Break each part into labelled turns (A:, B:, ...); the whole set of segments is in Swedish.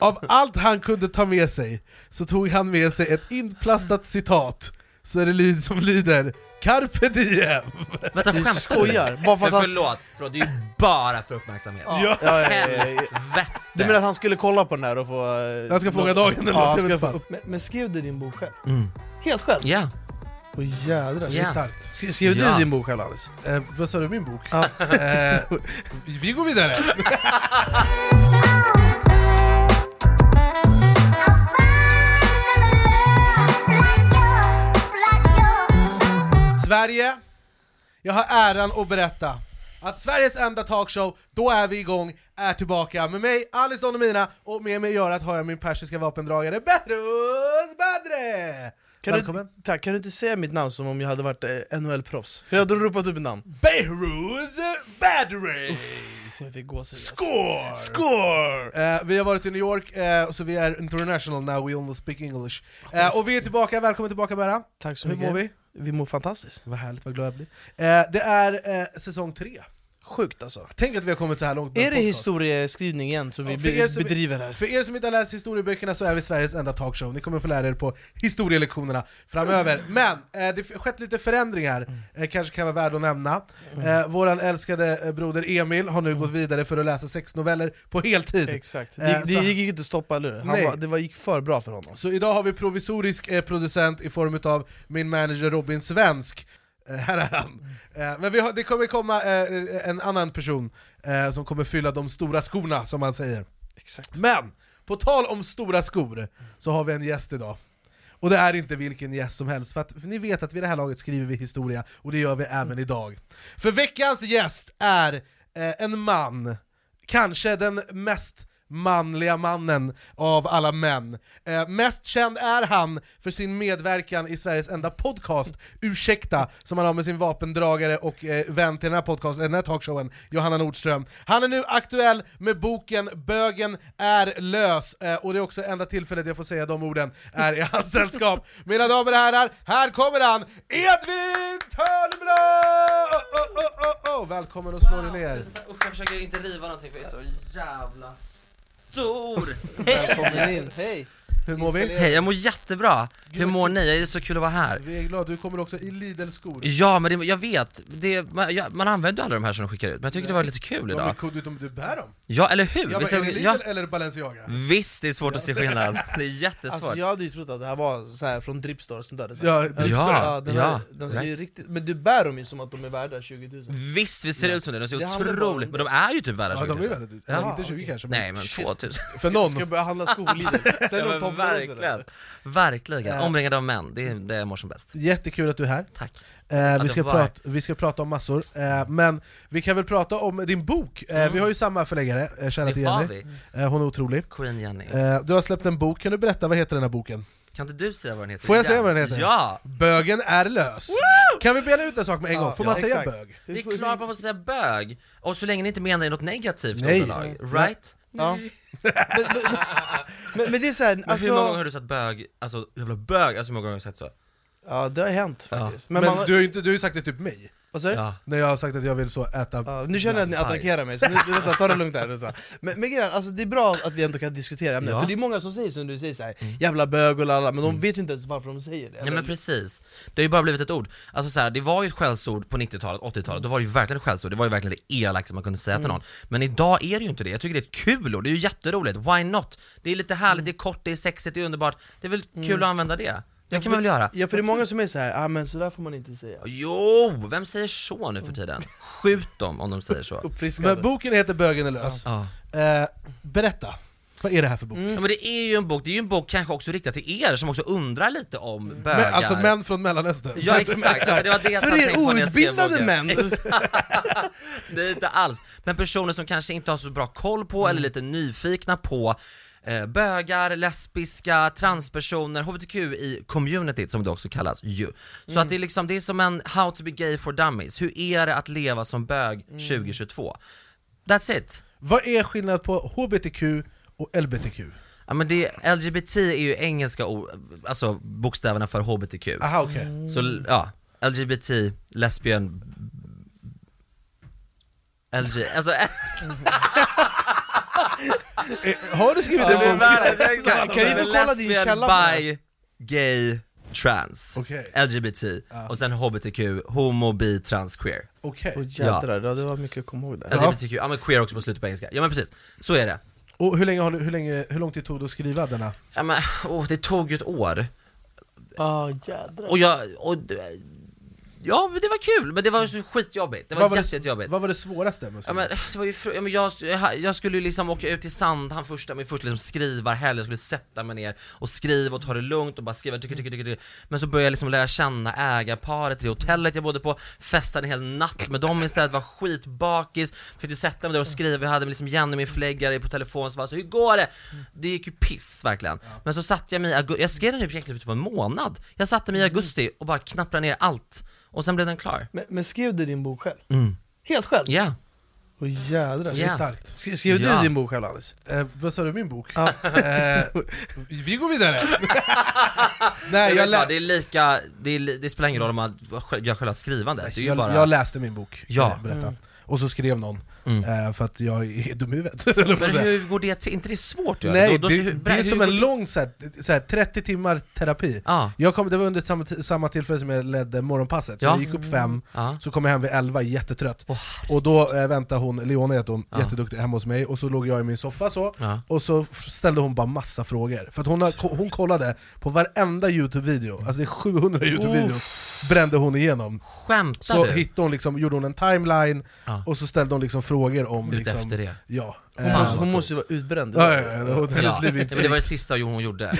A: Av allt han kunde ta med sig så tog han med sig ett inplastat citat så är det lyd som lyder Carpe diem!
B: Vänta,
C: Du
B: skämtar du?
C: skojar, bara för
B: Men
C: att han...
B: förlåt, förlåt, det är ju bara för uppmärksamhet.
C: Ja, ja, ja, ja, ja.
B: Helvete!
C: Du menar att han skulle kolla på den här och få... eh,
A: Han ska fånga
C: nå-
A: dagen eller
C: ja,
A: något,
C: han
A: jag
C: ska
A: vet
C: få
A: fan.
C: upp...
D: Men, men skrev du din bok själv?
B: Mm.
D: Helt själv?
B: Ja,
D: Åh jädrar.
A: Det är
B: Ja.
A: starkt.
C: Sk- Skrev
B: Ja.
C: du din bok själv Alice?
A: Eh, vad sa du, min bok?
C: Ja.
A: Eh, vi går vidare! Sverige, jag har äran att berätta att Sveriges enda talkshow, Då är vi igång, är tillbaka med mig, Alice Don Domina, och med mig i örat har jag min persiska vapendragare Behrouz Badre!
C: Kan
A: Välkommen!
C: Du, tack, kan du inte säga mitt namn som om jag hade varit eh, NHL-proffs? För jag hade ropat upp mitt namn.
A: Behrouz Badre!
C: Jag fick gåshud. alltså.
A: Score!
C: Score!
A: Eh, vi har varit i New York, eh, så vi är international now, we only speak English. Eh, och vi är tillbaka, välkommen tillbaka Berra!
C: Tack så
A: Hur
C: mycket.
A: mår vi?
C: Vi mår fantastiskt.
A: Vad härligt, vad glad jag blir. Eh, det är eh, säsong tre.
C: Sjukt alltså.
A: Tänk att vi har kommit så här långt med
C: Är det
A: podcast.
C: historieskrivning igen som
A: Ja,
C: vi
A: för
C: be-
A: er som-
C: bedriver här?
A: För er som inte har läst historieböckerna så är vi Sveriges enda talkshow, ni kommer få lära er på historielektionerna framöver.
C: Mm.
A: Men eh, det har skett lite förändringar, eh, kanske kan vara värd att nämna.
C: Mm.
A: Eh, våran älskade eh, broder Emil har nu gått vidare för att läsa sex noveller på heltid.
C: Exakt.
A: Eh,
C: Det, det
A: så-
C: gick ju inte att stoppa, eller hur? Han
A: Nej.
C: var, det var, gick för bra för honom.
A: Så idag har vi provisorisk eh, producent i form av min manager Robin Svensk. Eh, här är han. Eh, men vi har, det kommer komma eh, en annan person eh, som kommer fylla de stora skorna, som man säger.
C: Exakt.
A: Men, på tal om stora skor, så har vi en gäst idag. Och det är inte vilken gäst som helst, för, att, för ni vet att vid det här laget skriver vi historia, och det gör vi även idag. För veckans gäst är eh, en man, kanske den mest manliga mannen av alla män. Eh, mest känd är han för sin medverkan i Sveriges enda podcast, Ursäkta, som han har med sin vapendragare och eh, vän till den här, podcasten, eh, den här talkshowen, Johanna Nordström. Han är nu aktuell med boken Bögen är lös, eh, och det är också enda tillfället jag får säga de orden är i hans sällskap. Mina damer och herrar, här kommer han, Edvin Törnblad! Oh, oh, oh, oh, oh. Välkommen och slå dig ner.
E: Tusen tack. Usch, jag försöker inte riva någonting för jag är så jävla stor!
D: Välkommen in, hej!
A: Hur mår vi?
B: hej jag mår jättebra! Hur mår ni? Det är så kul att vara här.
A: Vi är glada, du kommer också i Lidl-skor.
B: Ja, men det, jag vet, det, man, jag, man använder ju aldra de här som de skickar ut, men jag tycker det var lite kul
A: De är
B: idag.
A: coolt om du bär dem.
B: Ja, eller hur?
A: Jag
B: Visst,
A: bara, är det
B: är,
A: Lidl
B: ja,
A: eller Balenciaga?
B: visst, det är svårt att se skillnad. Det är jättesvårt.
C: Alltså jag hade ju trott att det här var så här från Dripstore som dödades
A: Ja,
B: Ja,
C: den
B: ja,
C: här, den ser ju riktigt, Men du bär dem ju som att de är värda 20 000
B: Visst, visst ser det ut som det, de
C: Det
B: ser
C: handlar bara om
B: otroligt, men de är ju typ värda
A: Ja, de
B: 20 000.
A: är väldigt dyra.
B: Ja.
A: Inte 20 kanske, men
B: Nej men 2000.
A: för någon.
C: Ska jag börja handla skor i Lidl?
B: Ja,
C: Sälj dem
B: men
C: tomtar också
B: verkligen,
C: eller?
B: verkligen. Omringad av män, det är det jag mår som bäst.
A: Jättekul att du är här.
B: Tack.
A: Eh, vi,
B: jag
A: ska
B: var
A: prata, vi ska prata om massor, eh, men vi kan väl prata om din bok. Eh, Vi har ju samma förläggare, eh, kära
B: Mm. Det
A: till
B: har
A: Jenny.
B: vi.
A: Eh, hon är otrolig.
B: Queen Jenny.
A: Eh, du har släppt en bok, kan du berätta vad heter den här boken?
B: Kan inte du säga vad den heter?
A: Får jag
B: igen?
A: säga vad den heter?
B: Ja!
A: Bögen är lös. Kan vi bena ut en sak med en
C: Ja,
A: gång? Får
C: ja,
A: man säga
C: exakt.
A: bög?
B: Det är klart man får säga bög, och så länge ni inte menar det något negativt
A: Nej.
B: underlag, right?
C: Ja. Men, men, men, men det är såhär,
B: Men hur många gånger
C: alltså,
B: har du sett bög, alltså jävla bög, alltså hur många gånger har du sett så?
C: ja det har hänt faktiskt Men,
A: Men
C: man,
A: du har ju inte, du har ju sagt det typ mig,
C: vad sa du?
B: Ja.
A: när jag har sagt att jag vill så äta...
C: Ja, nu känner jag att ni attackerar mig, så nu, vänta, ta det lugnt här vänta. Men, men grejen, är, alltså, det är bra att vi ändå kan diskutera ämnet,
B: Ja. Mm.
C: för det är många som säger som du säger såhär, jävla bög och lalla, men de vet ju inte ens varför de säger det
B: Nej men
C: eller?
B: precis, det har ju bara blivit ett ord. Alltså så här, det var ju ett skällsord på 90-talet, 80-talet, då var det ju verkligen ett skällsord, det var ju verkligen det elakaste man kunde säga till någon. Men idag är det ju inte det, jag tycker det är ett kul ord, det är ju jätteroligt, why not? Det är lite härligt, det är kort, det är sexigt, det är underbart, det är väl kul att använda det? Det kan man väl göra?
C: Ja för det är många som är såhär, ja ah, men sådär får man inte säga
B: Jo! Vem säger så nu för tiden? Skjut dem om de säger så.
C: Uppfriskande
A: Men boken heter Bögen är lös.
B: Ja.
A: Eh, berätta, vad är det här för bok?
B: Ja, men det är ju en bok, det är ju en bok kanske också riktad till er som också undrar lite om bögar.
A: Men, alltså män från mellanöstern.
B: Ja exakt, alltså, det var det jag
C: För
B: tänkte
C: er
B: på när jag skrev
C: outbildade
B: boken.
C: män!
B: Nej inte alls, men personer som kanske inte har så bra koll på
C: Mm.
B: eller lite nyfikna på eh, bögar, lesbiska, transpersoner, hbtqi-communityt som det också kallas ju. Så
C: Mm.
B: att det är liksom, det är som en how to be gay for dummies, hur är det att leva som bög
C: Mm.
B: 2022? That's it!
A: Vad är skillnaden på HBTQ och LBTQ?
B: Ja men det, LGBT är ju engelska ord, alltså bokstäverna för HBTQ.
A: Aha, okej.
B: Så l- ja, LGBT, lesbian, LG, alltså
A: Eh, Har du skrivit en
B: Det blir
A: bok?
B: världens högsta.
C: Kan- kan vi få kolla din
B: Lesbian,
C: källa på det?
B: bi, gay, trans,
A: Okej.
B: LGBT och sen hbtq, homo, bi, trans, queer.
A: Okej.
C: Åh jädrar, ja. det var mycket att komma ihåg där.
B: LGBTQ, ja men queer också på slutet på engelska. Ja men precis, så är det.
A: Och hur, länge har du, hur, länge, hur lång tid tog det att skriva denna?
B: Ja men åh, det tog ju ett år.
D: Ah, jädrar.
B: Och jag, och d- Ja men det var kul, men det var ju så skitjobbigt. Det var,
A: det-
B: jättejobbigt.
A: vad var det svåraste med att
B: Ja,
A: skriva?
B: men, det var ju fru- ja, men jag, jag, jag skulle ju liksom åka ut till Sandhamn första, min första liksom skrivarhelg, jag skulle sätta mig ner och skriva och ta det lugnt och bara skriva, tycker, tycker, tycker, tycker. Men så började jag liksom lära känna ägarparet i det hotellet jag bodde på, festade en hel natt med dem istället, var skitbakis, försökte sätta mig där och skriva, jag hade liksom Jenny min förläggare på telefon som var så hur går det? Det gick ju piss verkligen. Men så satte jag mig i augusti, jag skrev den typ egentligen på en månad. Jag satte mig i augusti och bara knapprade ner allt och sen blev den klar.
D: Men, men skrev du din bok själv?
B: Mm.
D: Helt själv?
B: Ja.
D: Åh jädrar.
A: Det är
B: Ja.
A: starkt.
C: Sk- Skrev
B: Ja.
C: du din bok själv Alice?
A: Eh, vad sa du, min bok? Eh, vi går vidare! Nej,
B: Jag
A: jag,
B: vet
A: lä-
B: vad, det är lika, det, är, li- det spelar ingen roll om man sj- gör själva skrivandet, det är ju
A: jag,
B: bara...
A: jag läste min bok, kan
B: Ja.
A: jag berätta. Och så skrev någon,
B: Mm.
A: eh, för att jag är dum i huvudet. höll jag på att
B: men
A: säga.
B: hur går det till? inte det är svårt att göra?
A: Nej,
B: Då- då-
A: det,
B: hur-
A: det är
B: hur
A: som
B: går
A: en
B: det-
A: lång så här, så här, 30 timmar terapi.
B: Ja,
A: Jag kom, det var under samma, t- samma tillfälle som jag ledde morgonpasset, så
B: Ja. Mm,
A: jag gick upp fem,
B: ja.
A: så kom jag hem vid elva jättetrött.
B: Åh,
A: och då eh, väntade hon, Leona heter hon,
B: Ja.
A: jätteduktig, hemma hos mig, och så låg jag i min soffa så,
B: ja.
A: och så f- ställde hon bara massa frågor. För att hon, har, ko- hon kollade på varenda youtube-video, alltså det är 700 youtube-videos, brände hon igenom.
B: Skämtar
A: Så
B: du?
A: hittade hon liksom, gjorde hon en timeline,
B: Ja.
A: och så ställde hon liksom frågor om...
B: Ut
A: Liksom,
B: efter det?
A: Ja.
C: Hon,
A: Eh,
C: måste,
B: vad
C: hon
B: coolt.
C: måste ju vara utbränd.
A: Ja, ja, ja, hon- hennes
B: Ja.
A: liv är
B: Nej,
A: inte
B: men det var det sista hon gjorde.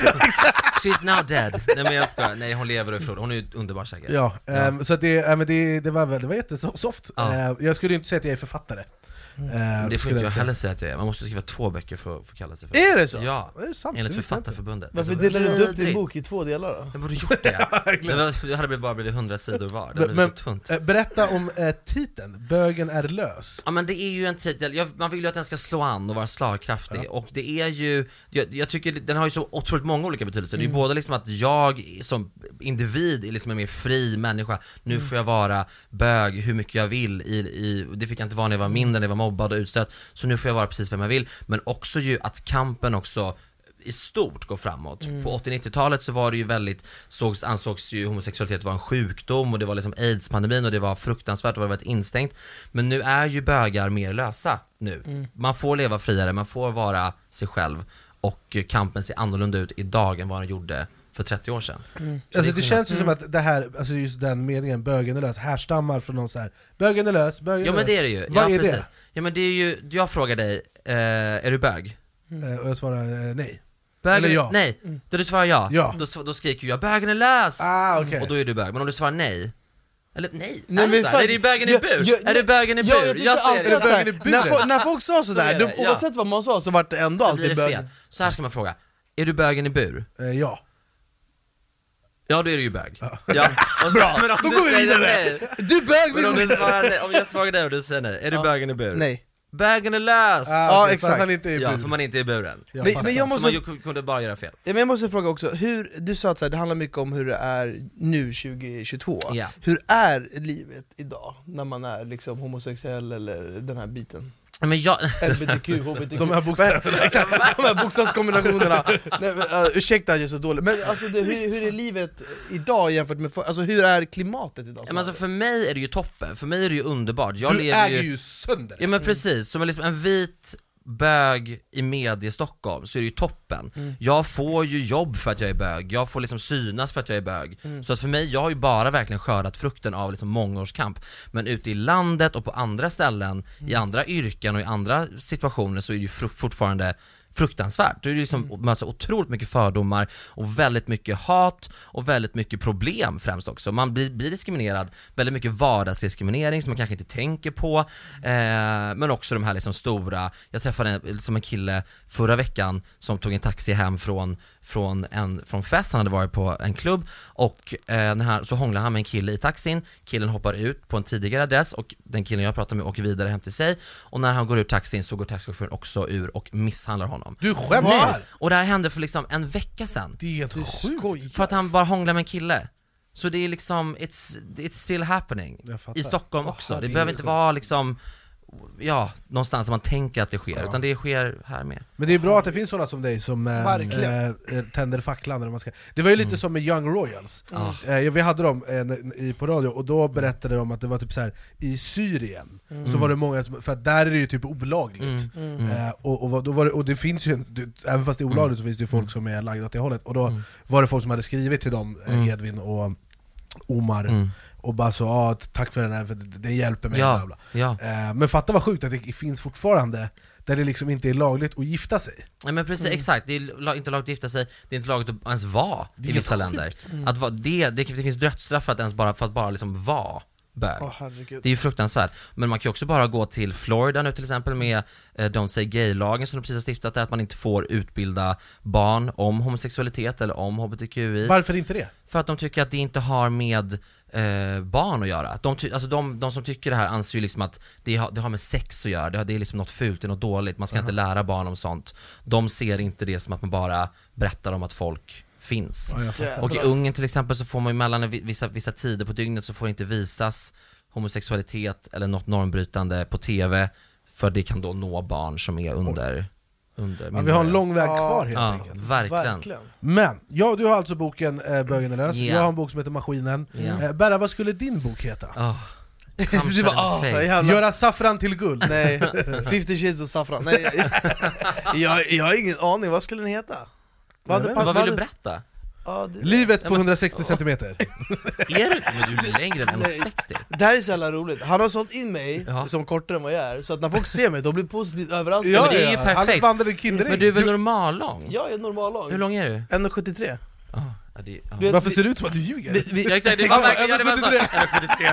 B: She's now dead. Nej men jag skojar, nej hon lever och är förlorad. hon är ju underbar säkert.
A: Ja, ehm, så att det, äh, men det, det var, väl- det var jättesoft.
B: Ja. Mm.
A: Eh, jag skulle ju inte säga att jag är författare. Eh,
B: Men det får
A: skulle
B: inte jag
A: säga.
B: heller säga att jag är, man måste skriva två böcker för att få kalla sig för
C: Är det så?
B: Ja,
A: Är det sant?
B: enligt
A: Det visste jag inte.
B: Författarförbundet.
D: Varför
B: Alltså,
D: delade du inte upp din
B: vidrigt.
D: bok i två delar då?
B: Jag borde gjort det. Det hade det bara blivit 100 sidor var, det hade
A: Men-
B: blivit så tunt.
A: Eh, berätta om eh, titeln, 'Bögen är lös'
B: Ja men det är ju en titel, jag, man vill ju att den ska slå an och vara slagkraftig och det är ju, jag, jag tycker den har ju så otroligt många olika betydelser. Det är ju både liksom att jag som individ är liksom en mer fri människa, nu får jag vara bög hur mycket jag vill, i, i, det fick jag inte vara när jag var mindre, när jag var mobbad och utstött, så nu får jag vara precis vem jag vill. Men också ju att kampen också i stort går framåt.
A: Mm.
B: På 80-90-talet så var det ju väldigt, sågs, ansågs ju homosexualitet vara en sjukdom och det var liksom aids-pandemin och det var fruktansvärt och det var väldigt instängt. Men nu är ju bögar mer lösa nu.
A: Mm.
B: Man får leva friare, man får vara sig själv och kampen ser annorlunda ut idag än vad den gjorde för 30 år sedan.
A: Alltså det känns
B: Mm.
A: ju som att det här, alltså just den meningen, 'Bögen är lös' härstammar från någon så här. 'Bögen är lös, bögen
B: Ja
A: är
B: men det
A: lös'
B: är det ju.
A: Vad
B: ja,
A: är det?
B: precis. Ja men det är ju, jag frågar dig, eh, är du bög?
A: Eh, Och jag svarar eh, nej.
B: Bögen,
A: Eller ja.
B: Nej, då du svarar ja,
A: Ja.
B: Då, s- då skriker jag 'bögen är lös'
A: Ah, okej.
B: Och då är du bög, men om du svarar nej Eller nej,
D: Nej,
B: är det
D: men
B: så här?
D: fan-
B: Är det bögen i
D: jag-
B: bur?
D: jag-
B: är det bögen i
D: jag-
B: bur?
D: jag
B: Jag,
D: tycker
B: ser
D: alltid
B: det!
D: att så här,
A: Bögen i buren.
C: När, fo- när folk sa
B: Så
C: sådär,
B: är det,
C: de,
B: ja.
C: oavsett vad man sa så vart det ändå
B: Så blir det
C: alltid bög.
B: fel. Så här ska man fråga, är du bögen i bur?
A: Eh, Ja.
B: Ja då är du ju bög. Ja. Och så-
C: Bra,
B: men om
C: då
B: du
C: går vi
B: säger
C: vidare.
B: nej-
C: Du bög, vi
B: Men om,
C: går
B: du
C: vidare!
B: svarar, nej- om jag svarar dig och du säger nej, är du bögen i bur?
C: Nej.
B: Bögen är lös!
A: Ah,
C: Ja,
A: okej, för
C: exakt.
A: att Han inte är i
B: Ja,
A: bur.
B: för man är inte i buren.
A: Ja,
C: Men-
A: fattar.
C: men jag
B: Så
C: måste-
B: man ju k- kunde bara göra fel.
C: Ja, men jag måste fråga också, hur, du sa att så här, det handlar mycket om hur det är nu 2022.
B: Ja.
C: Hur är livet idag när man är liksom homosexuell eller den här biten?
B: Men jag,
C: LBTQ, HBTQ.
A: De här bokstäverna.
C: Exakt, de här bokstavskombinationerna. Nej, men, uh, ursäkta att jag är så dålig, men alltså, det, hur, hur är livet idag jämfört med för, Alltså hur är klimatet idag?
B: Ja, men alltså för mig är det ju toppen, för mig är det ju underbart. Jag
A: Du
B: lever
A: äger
B: ju...
A: ju sönder
B: Ja men precis, som en, liksom en vit bög i medie Stockholm så är det ju toppen. Jag får ju jobb för att jag är bög, jag får liksom synas för att jag är bög. Så att för mig, jag har ju bara verkligen skördat frukten av liksom många års kamp. Men ute i landet och på andra ställen, i andra yrken och i andra situationer så är det ju fru- fortfarande fruktansvärt. Du är ju liksom möts av otroligt mycket fördomar och väldigt mycket hat och väldigt mycket problem främst också. Man blir, blir diskriminerad, väldigt mycket vardagsdiskriminering som man kanske inte tänker på. Eh, men också de här liksom stora, jag träffade en, liksom en kille förra veckan som tog en taxi hem från från en från fest, han hade varit på en klubb och eh, när han, så hånglade han med en kille i taxin, killen hoppar ut på en tidigare adress och den killen jag pratade med åker vidare hem till sig och när han går ur taxin så går taxichauffören också ur och misshandlar honom.
A: Du skämtar!
B: Och det här hände för liksom en vecka sedan,
A: Det är helt sjukt!
B: för att han bara hånglade med en kille. Så det är liksom, it's, it's still happening.
A: Jag fattar.
B: I Stockholm också,
A: Jaha,
B: det,
A: det är
B: behöver
A: helt
B: inte
A: sjukt.
B: vara liksom ja, någonstans där man tänker att det sker, utan det sker här med.
A: Men det är bra att det finns sådana som dig som eh,
D: Verkligen.
A: eh, eh, tänder facklan eller vad man ska. Det var ju lite som med Young Royals, eh, vi hade dem eh, n- i- på radio och då berättade de att det var typ så här i Syrien, så var det många som, för att där är det ju typ olagligt, Eh, och, och, vad- då var det, och det finns ju, en- det, även fast det är olagligt så finns det ju folk som är lagda åt det hållet, och då var det folk som hade skrivit till dem, eh, Edvin och Omar, och bara så ah, t- tack för den här, för det, det hjälper mig'
B: Ja,
A: bla bla.
B: ja.
A: Eh, Men fatta vad sjukt att det finns fortfarande där det liksom inte är lagligt att gifta sig.
B: Nej men precis,
D: Mm.
B: exakt. Det är la- inte lagligt att gifta sig, det är inte lagligt att ens vara i vissa länder.
D: Mm.
B: Att vara, det, det, det finns dödsstraff för att, ens bara, för att bara liksom vara bög.
D: Åh herregud.
B: Det är ju fruktansvärt. Men man kan ju också bara gå till Florida nu till exempel med eh, Don't Say Gay-lagen som de precis har stiftat där, att man inte får utbilda barn om homosexualitet eller om HBTQI.
A: Varför inte det?
B: För att de tycker att det inte har med eh, barn att göra. De, ty- alltså de, de som tycker det här anser ju liksom att det har, det har med sex att göra, det, har, det är liksom något fult, det är något dåligt, man ska inte lära barn om sånt. De ser inte det som att man bara berättar om att folk finns.
D: Jävlar.
B: Och i Ungern till exempel så får man ju mellan en vi- vissa, vissa tider på dygnet så får inte visas homosexualitet eller något normbrytande på TV för det kan då nå barn som är under, under
A: Ja, vi har en
B: minderåriga.
A: lång väg
D: Ja.
A: kvar helt
B: ja,
A: enkelt.
B: verkligen.
D: Verkligen.
A: Men, ja, du har alltså boken eh, Bögen är lös,
B: Ja.
A: jag har en bok som heter Maskinen.
B: Ja.
A: Eh, Berra, vad skulle din bok heta?
B: Oh.
C: Du bara ah, jävla...
A: Göra saffran till guld?
C: Nej, 50 shades of saffran. Nej, jag, jag, jag har ingen aning, vad skulle den heta? Vad hade,
B: Vad vill du
C: hade-
B: berätta?
D: Ja, det,
A: Livet
B: Ja,
A: på
B: men-
A: 160 centimeter.
B: Är du, men du är längre än 160
D: det här är så jävla roligt, han har sålt in mig
B: Ja.
D: som kortare än vad jag är, så att när folk ser mig de blir positivt överraskade
B: men det är ju
A: Alex
B: perfekt.
A: Wander är kinderägg.
B: Men du är väl normallång?
D: Jag är normal
B: Hur
D: lång,
B: lång är du?
C: 1,73.
B: Ja, ja, det, ja.
D: Du vet,
A: Varför
D: vi-
A: ser du ut som att du ljuger?
C: Vi, vi,
B: Ja, exakt, det var
A: Exakt,
B: verkligen, ja, det var så,
A: 1,73.
B: jag är 73.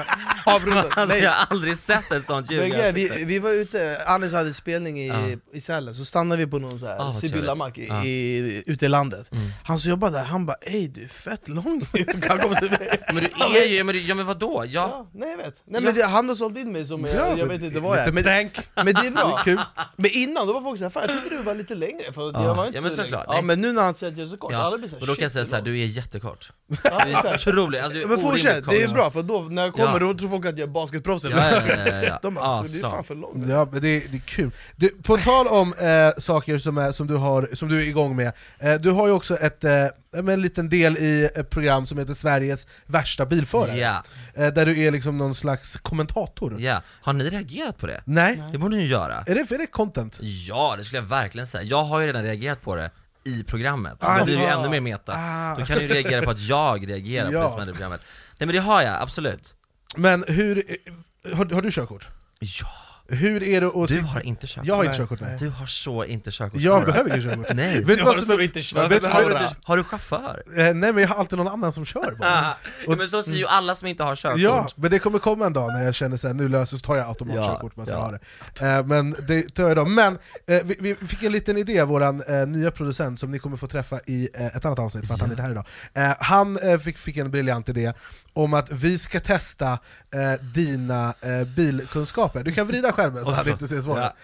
C: avrundat.
B: Alltså,
C: Nej,
B: jag har aldrig sett en sån
C: Men grejen,
B: ljuga.
C: vi, vi var ute, Anis hade spelning i,
B: Ja.
C: i Sälen, så stannade vi på någon så här
B: Ah, vad
C: Sibylla
B: trevligt.
C: mack i,
B: Ja. Mm.
C: i, ute i landet Han som jobbade där, han bara 'Ey du är fett lång' Han kom till mig
B: Men du är ju, men du, ja men vadå? Ja,
C: ja, Nej jag vet, nej, men det, han har sålt in mig som jag, jag vet inte vad jag är
A: Lite
C: men,
A: prank.
C: men det är bra,
A: Kul.
C: men innan då var folk såhär 'Fan jag trodde du var lite längre' för
B: Ja.
C: jag var inte
B: Ja, men
C: så
B: såklart,
C: länge.
B: nej.
C: ja, Men nu när han säger att jag är så kort,
B: ja.
C: alla blir
B: Och då kan jag säga såhär, du är jättekort.
C: Ja,
B: Du är
C: exakt.
B: otrolig, alltså du är
C: Men fortsätt,
B: orimligt kort.
C: det är bra för då när jag kommer
B: Ja.
C: då tror folk att jag är basketproffs
B: Ja,
C: eller
B: ja, ja, ja, ja.
C: De bara,
B: Ja,
C: du är
B: slag.
C: fan för lång
A: Ja, men det, det är kul. Du, på tal om eh, saker som, är, som, du har, som du är igång med, eh, du har ju också ett, eh, men en liten del i ett program som heter Sveriges värsta bilförare,
B: Ja,
A: eh, där du är liksom någon slags kommentator.
B: ja. Har ni reagerat på det?
A: Nej?
B: Det borde ni ju göra.
A: Är, det, är det content?
B: Ja, det skulle jag verkligen säga. Jag har ju redan reagerat på det i programmet.
A: Ah,
B: Då blir det ju
A: ah.
B: ännu mer meta.
A: Ah.
B: Då kan du ju reagera på att jag reagerar på
A: Ja.
B: det som händer i programmet. Nej men det har jag, absolut.
A: Men hur... eh, Har, har du körkort?
B: Ja,
A: Hur är det att...
B: du har inte körkort.
A: Jag har inte körkort, nej.
B: Du har så inte körkort.
A: Jag behöver inget körkort.
B: Nej.
A: Vet du
C: Jag har
A: vad
C: så
A: som är...
C: inte kört
B: Varför
A: Vet du
B: har, du
A: vad-
B: inte, har du chaufför?
A: Eh, Nej men jag har alltid någon annan som kör bara.
B: Ah, ja, men så ser ju alla som inte har körkort.
A: mm. Ja, men det kommer komma en dag när jag känner såhär, nu löses tar jag automatkörkort
B: Ja,
A: bara så jag
B: ja.
A: har det. Eh, men det tar jag idag. Men eh, vi, vi fick en liten idé av våran eh, nya producent som ni kommer få träffa i eh, ett annat avsnitt för att han är inte är här idag. Eh, han eh, fick, fick en briljant idé om att vi ska testa eh, dina eh, bilkunskaper. Du kan vrida skärmen så
B: Åh,
A: han
B: förlåt.
A: inte ser svaret.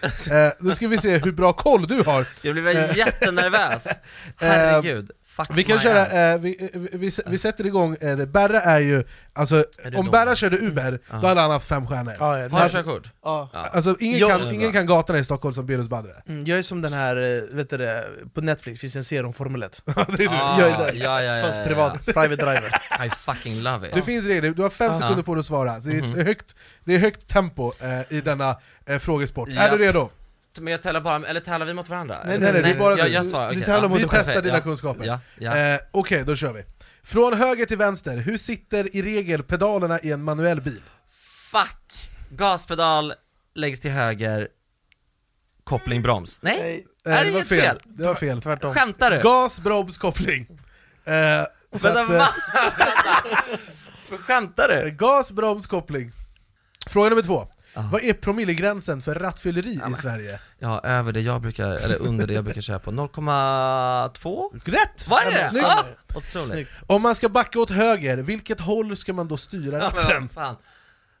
A: Eh, nu ska vi se hur bra koll du har.
B: Jag blev väl jättenervös. Herregud. Fuck
A: Eh. Vi kan
B: my
A: köra,
B: ass.
A: eh, vi, vi, vi, vi sätter igång, eh, det. Berra är ju, alltså
B: Är det
A: om
B: dom?
A: Berra körde Uber, då hade han haft fem stjärnor.
C: Ja, ja,
B: Har du
C: men-
B: körkort?
D: ja.
A: Alltså ingen,
C: Ja,
B: det är
A: kan,
B: bra.
A: ingen kan gatorna i Stockholm som Behrouz Badre.
C: Mm, Jag är som den här, eh, vet du det, på Netflix finns en serie om Formel 1
A: Det är du.
B: Ah,
C: Jag är där.
B: Ja, ja, ja,
C: Fast
B: ja,
C: privat, private driver
B: ja. I fucking love it.
A: Det finns regler, du har
B: Ah.
A: fem sekunder på dig att svara. Så Det är,
B: Mhm.
A: högt, det är högt tempo eh, i denna eh, frågesport.
B: Ja.
A: Är du redo?
B: Men jag tävlar bara, eller tävlar vi mot varandra?
A: nej, nej, det är bara
B: jag,
A: du.
B: jag svarar,
A: Du
B: okej.
A: tävlar
B: Ja,
A: mot
B: vi
A: dig själv.
B: testar
A: dina kunskaper.
B: Ja, ja.
A: Eh, Okej, då kör vi. Från höger till vänster, hur sitter i regel pedalerna i en manuell bil?
B: Fuck! Gaspedal läggs till höger, koppling broms. Nej?
A: Eh,
B: är det helt fel?
A: Det var fel. Tvärtom.
B: Skämtar du?
A: Gas, broms, koppling. Eh, så
B: Vänta,
A: att, eh,
B: va? eh, Vänta. Skämtar du?
A: Gas, broms, koppling. Fråga nummer två. Vad är promillegränsen för rattfylleri i Sverige?
B: Ja, över det jag brukar, eller under det jag brukar köra på, 0,2?
A: Rätt!
B: Vad är det?
A: Snyggt.
B: Ah, otroligt.
C: Snyggt.
A: Om man ska backa åt höger, vilket håll ska man då styra
B: Ja, men
A: ratten?
B: vad fan.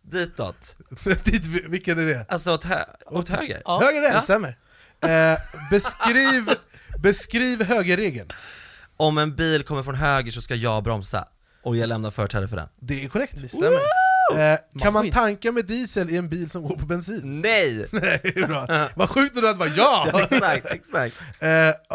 B: Ditåt.
A: Dit, vi- Vilken är det?
B: Alltså åt, hö- åt höger?
D: Ja.
A: Höger
C: Det
A: rätt!
C: stämmer
A: Eh, beskriv, beskriv högerregeln.
B: Om en bil kommer från höger så ska jag bromsa. Och jag lämnar företräde för den.
A: Det är korrekt.
C: Det stämmer
A: Eh, kan man tanka med diesel i en bil som går på
B: Mm.
A: bensin?
B: Nej!
A: Nej, bra. Vad sjukt om du hade bara ja!
B: exakt, exakt.
A: Eh,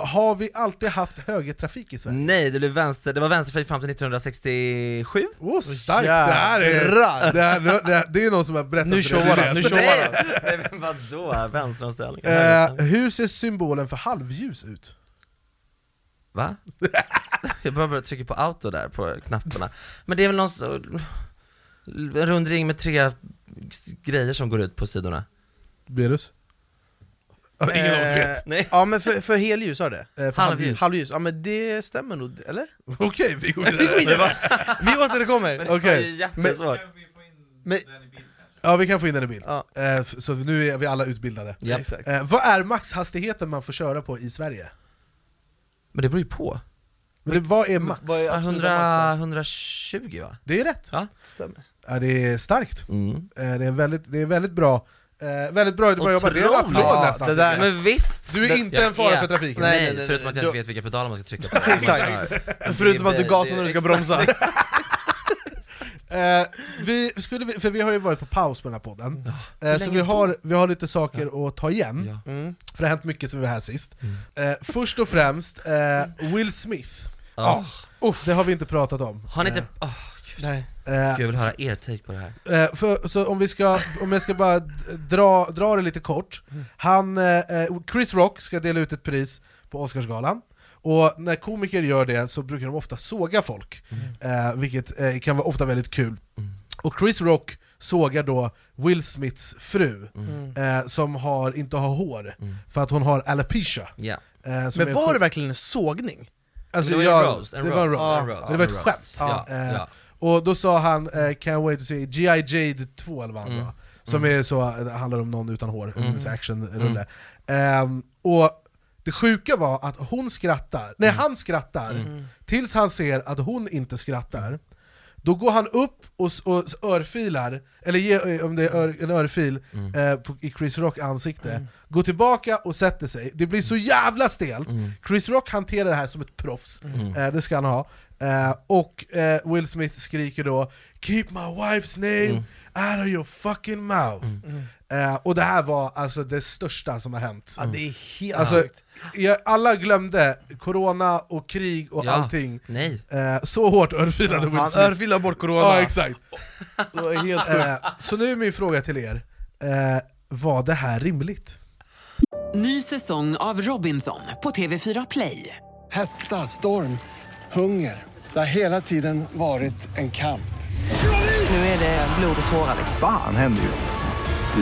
A: har vi alltid haft högertrafik i Sverige?
B: Nej, det, blev vänster, det var vänsterfärg fram till 1967.
A: Åh, starkt! Det här är,
C: Jävlar.
A: det, här, det, här, det är någon som har berättat
C: Nu
A: för dig,
C: showar
A: du
C: han,
A: vet.
C: nu showar
B: Nej, nej men vadå? Vänsteromställning?
A: eh, Hur ser symbolen för halvljus ut?
B: Va? Jag bara började trycka på auto där, på knapparna. Men det är väl någon så- en rund ring med tre grejer som går ut på sidorna.
A: Berus? Ja, Ingen av oss
C: Eh,
A: vet.
B: Nej.
C: Ja men för, för helljus har det?
A: Eh, för
B: halvljus.
C: Halvljus, ja men det stämmer nog, eller?
A: Okej, vi går vidare.
B: Det var,
C: Vi återkommer!
B: det var ju
A: Okej.
B: jättesvårt.
C: Men,
A: Ja, vi kan få in den i bild.
C: Ja.
A: Eh, f- så nu är vi alla utbildade.
B: Ja.
C: exakt.
A: Eh, vad är maxhastigheten man får köra på i Sverige?
B: Men det beror ju på.
A: Men det, vad är max?
D: Vad är absoluta
B: 100,
D: maxen?
B: 120 va?
A: Det är rätt.
B: Mm. Ja.
D: Stämmer.
A: Ja, det är starkt.
B: Mm.
A: Eh, det, är väldigt, det är väldigt bra. Eh, väldigt bra, bra jobbat. Det är en
B: Otroligt.
A: applåd
C: Ja,
A: nästan.
C: det där-
B: Men visst!
A: Du är inte
B: Jag
A: en fara
B: är-
A: för trafiken.
B: Nej,
C: Nej, nej, nej,
B: förutom att jag
C: nej.
B: inte vet vilka pedaler man ska trycka på.
C: Exakt.
B: Men-
C: Förutom att du
B: det-
C: gasar
B: det-
C: när du ska
B: exakt.
C: bromsa.
A: Eh, vi, skulle vi, för vi har ju varit på paus på den här podden, eh, så
B: länge
A: vi
B: då?
A: har, vi har lite saker att ta igen,
B: Ja.
C: Mm.
A: för det har hänt mycket sen vi var här sist. Eh, först och främst, eh, Will Smith.
B: Ja.
A: Ah. Det har vi inte pratat om.
B: Har ni inte... Åh, gud.
C: Nej.
A: Eh,
B: Gud, jag vill höra er take på det här.
A: Eh, för, så om, vi ska, om jag ska bara d- dra, dra det lite kort.
C: Mm.
A: Han, eh, eh, Chris Rock ska dela ut ett pris på Oscarsgalan. Och när komiker gör det så brukar de ofta såga folk,
C: Mm.
A: eh, vilket eh, kan vara ofta väldigt kul. Och Chris Rock sågar då Will Smiths fru,
C: Mm.
A: eh, som har, inte har hår, för att hon har alopecia.
B: Ja.
A: Eh, som är
C: Men var
A: sjuk-
C: det verkligen en sågning?
A: alltså,
B: det var ju
A: jag-
B: en roast, en
A: det var en
B: roast,
A: roast.
B: en roast,
A: Det var
B: en
A: ett
B: roast.
A: skämt.
B: Ja,
A: Eh,
B: ja.
A: Och då sa han, eh, can't wait to see G.I. Jade 2 eller vad han
B: Mm.
A: sa, som är så, det handlar om någon utan hår, en så actionrulle.
B: Mm.
A: Ehm, och det sjuka var att hon skrattar, nej
B: Mm.
A: han skrattar, tills han ser att hon inte skrattar. Då går han upp och, s- och s- örfilar, eller ge, eh, om det är ör, en örfil, eh, på, i Chris Rock ansikte,
C: Mm.
A: går tillbaka och sätter sig. Det blir så jävla stelt! Chris Rock hanterar det här som ett proffs, eh, det ska han ha. Eh, och eh, Will Smith skriker då 'Keep my wife's name out of your fucking mouth' Eh, Och det här var alltså det största som har hänt.
C: Mm. Ja, det är helt
A: Alltså,
C: sjukt.
A: jag, alla glömde corona och krig och
B: Ja.
A: allting.
B: Nej.
A: Eh, så hårt örfilade Will
C: Han
A: Smith.
C: örfilar bort corona.
A: Ja, exakt.
C: Det var helt sjukt.
A: Eh, så nu är min fråga till er, eh, var det här rimligt?
F: Ny säsong av Robinson på TV4 Play.
G: Hetta, storm, hunger. Det har hela tiden varit en kamp.
F: Nu är det blod och tårar.
H: Fan händer just nu. det.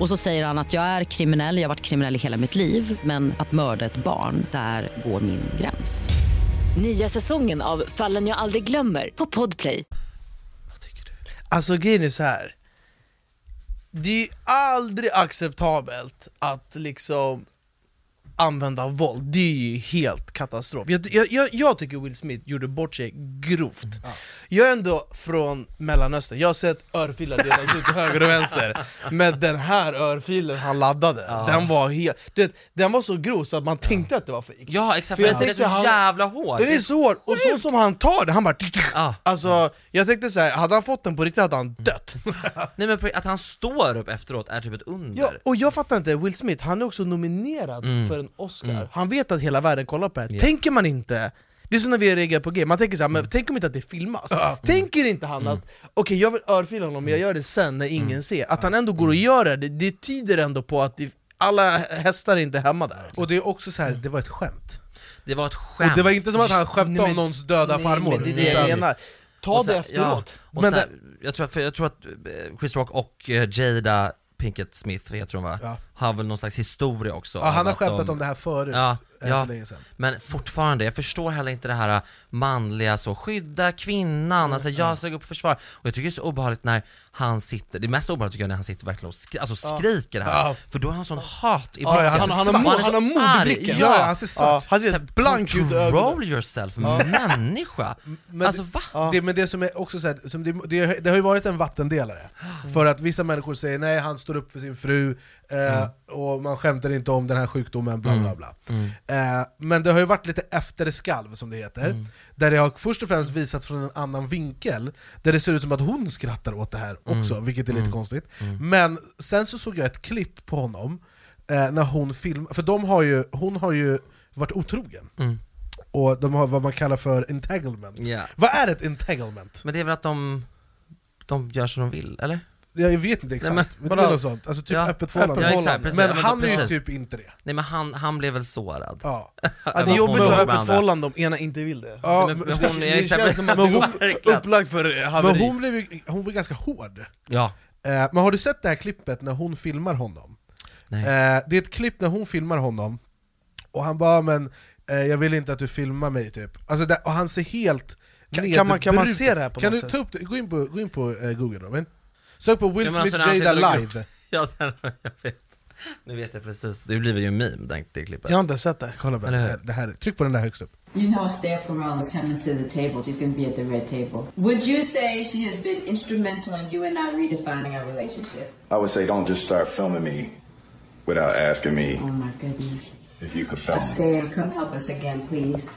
I: Och så säger han att jag är kriminell, jag har varit kriminell i hela mitt liv men att mörda ett barn, där går min gräns.
J: Nya säsongen av Fallen jag aldrig glömmer på Podplay.
C: Alltså grejen är så här. Det är ju aldrig acceptabelt att liksom använda våld, det är ju helt katastrof. Jag, jag, jag, jag tycker Will Smith gjorde bort sig grovt. Jag är ändå från Mellanöstern, jag har sett örfilar delas ut till höger och vänster, men den här örfilen han laddade, den var helt... Du vet, den var så grov så att man tänkte att det var fejk.
B: Ja, exakt.
C: För
B: För
C: jag
B: den är så
C: tänkte han-
B: jävla hård.
C: Den är så hård, och så som han tar den, han bara...
B: Ja.
C: Alltså, jag tänkte så här, hade han fått den på riktigt hade han dött.
B: Nej men på- att han står upp efteråt är typ ett under.
C: Ja, och jag fattar inte, Will Smith, han är också nominerad för en Oscar Han vet att hela världen kollar på det här, tänker man inte det är som när vi reagerar på G, man tänker såhär, men tänk om inte att det filmas? Tänker inte han att okej jag vill örfila honom, jag gör det sen när ingen ser? Att han ändå går och gör det, det, det tyder ändå på att det, alla hästar är inte hemma där
A: Och det är också så här, det var ett skämt.
B: Det var ett skämt.
A: Och det var inte som att han
C: Nej,
A: skämtade
C: men-
A: om någons döda farmor.
C: men det är det jag
A: Utan-
C: menar, ta
B: Och sen-
C: det efteråt
B: Ja, och
A: Men
B: sen, jag, tror, för jag tror att eh, Chris Rock och eh, Jada Pinkett Smith, heter hon va?
A: Ja.
B: Har väl någon slags historia också.
A: ja, han har skämtat om det här förut.
B: Ja,
A: eh, för länge sedan.
B: Men fortfarande, jag förstår heller inte det här äh, manliga så, skydda kvinnan, alltså
C: Mm.
B: jag sög upp och försvar. Och jag tycker det är så obehagligt när han sitter, det mest obehagliga tycker jag är när han sitter verkligen och skri- alltså
C: Ja.
B: skriker det här.
C: Ja.
B: För då har han sån hat i
C: Ja, ja, han-
B: blicken.
C: han har
B: Och
C: mo-
B: är så
C: han har mod i
B: arg.
C: blicken.
B: Ja,
C: Ja, han ser svart. Ja, han ser
B: Så här,
C: helt blank ut i ögonen.
B: Control yourself, människa!
A: Men,
B: alltså va?
A: det, men det som är också så här, som det, det, det har ju varit en vattendelare.
B: Mm.
A: För att vissa människor säger nej, han står upp för sin fru, eh,
B: Mm.
A: och man skämtar inte om den här sjukdomen, bla bla bla.
B: Mm.
A: Eh, men det har ju varit lite efterskalv som det heter,
B: Mm.
A: där det har först och främst visats från en annan vinkel, där det ser ut som att hon skrattar åt det här också,
B: Mm.
A: vilket är lite
B: Mm.
A: konstigt.
B: Mm.
A: Men sen så såg jag ett klipp på honom, eh, när hon filmar, för de har ju, hon har ju varit otrogen.
B: Mm.
A: Och de har vad man kallar för entanglement.
B: Ja.
A: Vad är ett entanglement?
B: Men det är väl att de, de gör som de vill, eller?
A: Jag vet inte exakt,
B: Nej,
A: men, det är något sånt. Alltså typ öppet förhållande.
B: Ja, exakt, precis.
A: men
B: Ja,
A: han
B: då-
A: är ju
B: precis.
A: typ inte det.
B: Nej men han, han blev väl sårad.
A: Ja.
C: Ja, det är jobbigt att ha öppet förhållande om ena inte vill det.
A: Ja,
B: men-
A: men-
B: men hon-
A: det
B: jag-
A: känns
B: men-
A: som att
B: men
A: hon-
B: hon- verkligen.
C: upplagd för, eh, haveri.
A: Men hon, blev, ju- hon var ganska hård.
B: Ja.
A: Eh, Men har du sett det här klippet när hon filmar honom?
B: Nej.
A: Eh, Det är ett klipp när hon filmar honom, och han bara men eh, jag vill inte att du filmar mig typ. Alltså där, och han ser helt
C: Kan- kan man- kan man
A: nedbruten.
C: se det här på
A: kan
C: något
A: du
C: sätt?
A: ta upp det? Gå in på, gå in på eh, google Robin. Sök på Will
B: Ja, men
A: Smith
B: alltså, när han
A: Jada
B: sitter och-
A: live.
B: Ja, den, jag vet. Nu vet jag precis. Det blir ju en meme, den, det klippet.
C: Jag har inte sett det.
A: Kolla bara, det här, det här, tryck på den där högst upp.
K: You know, Esther Perel is coming to the table. She's going to be at the red table. Would you say she has been instrumental in you and I redefining our relationship?
L: I would say don't just start filming me without asking me
K: Oh my goodness.
L: if you could film me.
K: Esther, come help us again, please.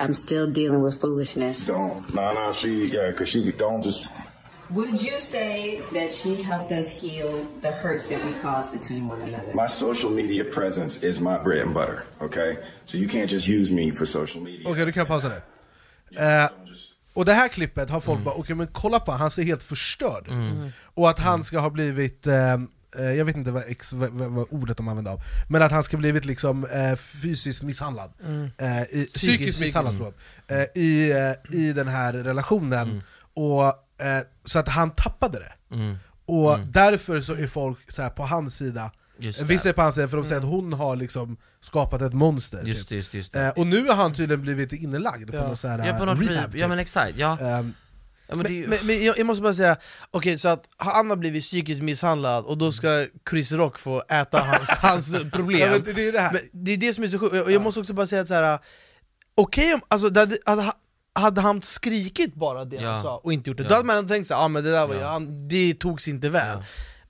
K: I'm still dealing with foolishness.
L: Don't. Nah, nah, she, yeah, because she don't just.
K: Would you say that she helped us heal the hurts that we caused between one another?
L: My social media presence is my bread and butter, okay? So you can't just use me for social media.
A: Okej, du kan pausa nu. Eh, och det här klippet har folk bara, okej men kolla på han, han ser helt förstörd ut.
B: Mm.
A: Och att han ska ha blivit, eh, eh, jag vet inte vad, ex, vad, vad vad ordet de använder av, men att han ska blivit liksom eh, fysiskt misshandlad.
C: Mm.
A: Eh, i, psykiskt,
C: Psykiskt,
A: misshandlad,
C: psykiskt.
A: förlåt. Eh, i, eh, I den här relationen, och, eh, så att han tappade det.
B: Mm.
A: Och därför så är folk så här på hans sida,
B: Just
A: Eh,
B: det. Mm.
A: vissa är på hans sida för de säger att hon har liksom skapat ett monster.
B: Just
A: typ.
B: det, just det, just det.
A: Eh, och nu har han tydligen blivit inlagd på någon sån här
B: Ja, på någon
A: rehab. typ.
B: rehab, ja men exakt, ja.
A: Ehm,
B: ja men det är ju...
C: Men, men jag, jag måste bara säga, okej så att han har blivit psykiskt misshandlad och då ska Chris Rock få äta hans, hans problem.
A: Ja, men det- det är det här.
C: Men det är det som är så sjukt, och jag måste också bara säga att så här, okej om, alltså det hade, hade, hade han skrikit bara det
B: Ja.
C: han sa och inte gjort det,
B: Ja.
C: då hade man tänkt såhär, ah, men det där var ju, han, det togs inte väl.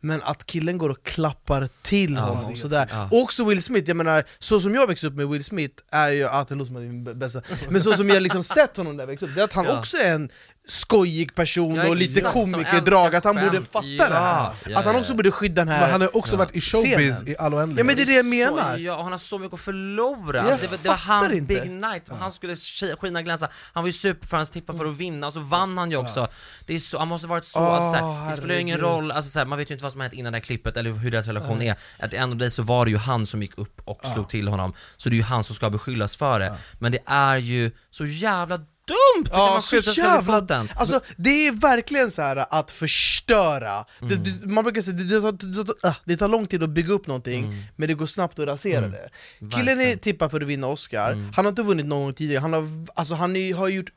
C: Men att killen går och klappar till
B: Ja, det
C: honom
B: är-
C: sådär.
B: ja.
C: Och också Will Smith, jag menar, så som jag växte upp med Will Smith är ju, att det låter som att det är min b- bästa, men så som jag liksom sett honom när jag växte upp, det är att han
B: Ja.
C: också är en skojig person
B: Ja,
C: och lite
B: exakt, som
C: komikerdrag,
B: älskar
C: att han borde
B: skämt.
C: fatta
B: Ja,
C: det här.
B: ja,
C: att han
B: ja,
C: också
B: ja.
C: borde skydda den här
A: Men han har också varit i showbiz
C: scenen.
A: i all oändlighet.
C: Ja men det är det jag
B: Så,
C: menar!
B: ja, och han har så mycket att förlora.
C: Jag
B: Alltså, det, var, det var
C: fattar
B: hans
C: inte.
B: big night, och han skulle sk- skina och glänsa. Han var ju superfans-tippad för att vinna, och så vann han ju också. Det är så, han måste ha varit så,
C: Åh,
B: alltså, såhär, det spelar ju ingen
C: herregud.
B: roll, alltså, såhär, man vet ju inte vad som har hänt innan det här klippet eller hur deras relation är. Att en av dig så var det ju han som gick upp och slog till honom, så det är ju han som ska beskyllas för det. Men det är ju så jävla dumt! Hur
C: Typ,
B: kan man skjuta sig själv i foten?
C: Alltså det är verkligen så här att förstöra, det, det, man brukar säga det, det, tar, det, tar, ah, det tar lång tid att bygga upp någonting, men det går snabbt att rasera det Killen är tippad för att vinna Oscar, han har inte vunnit någon gång tidigare, han har, alltså, han är, har gjort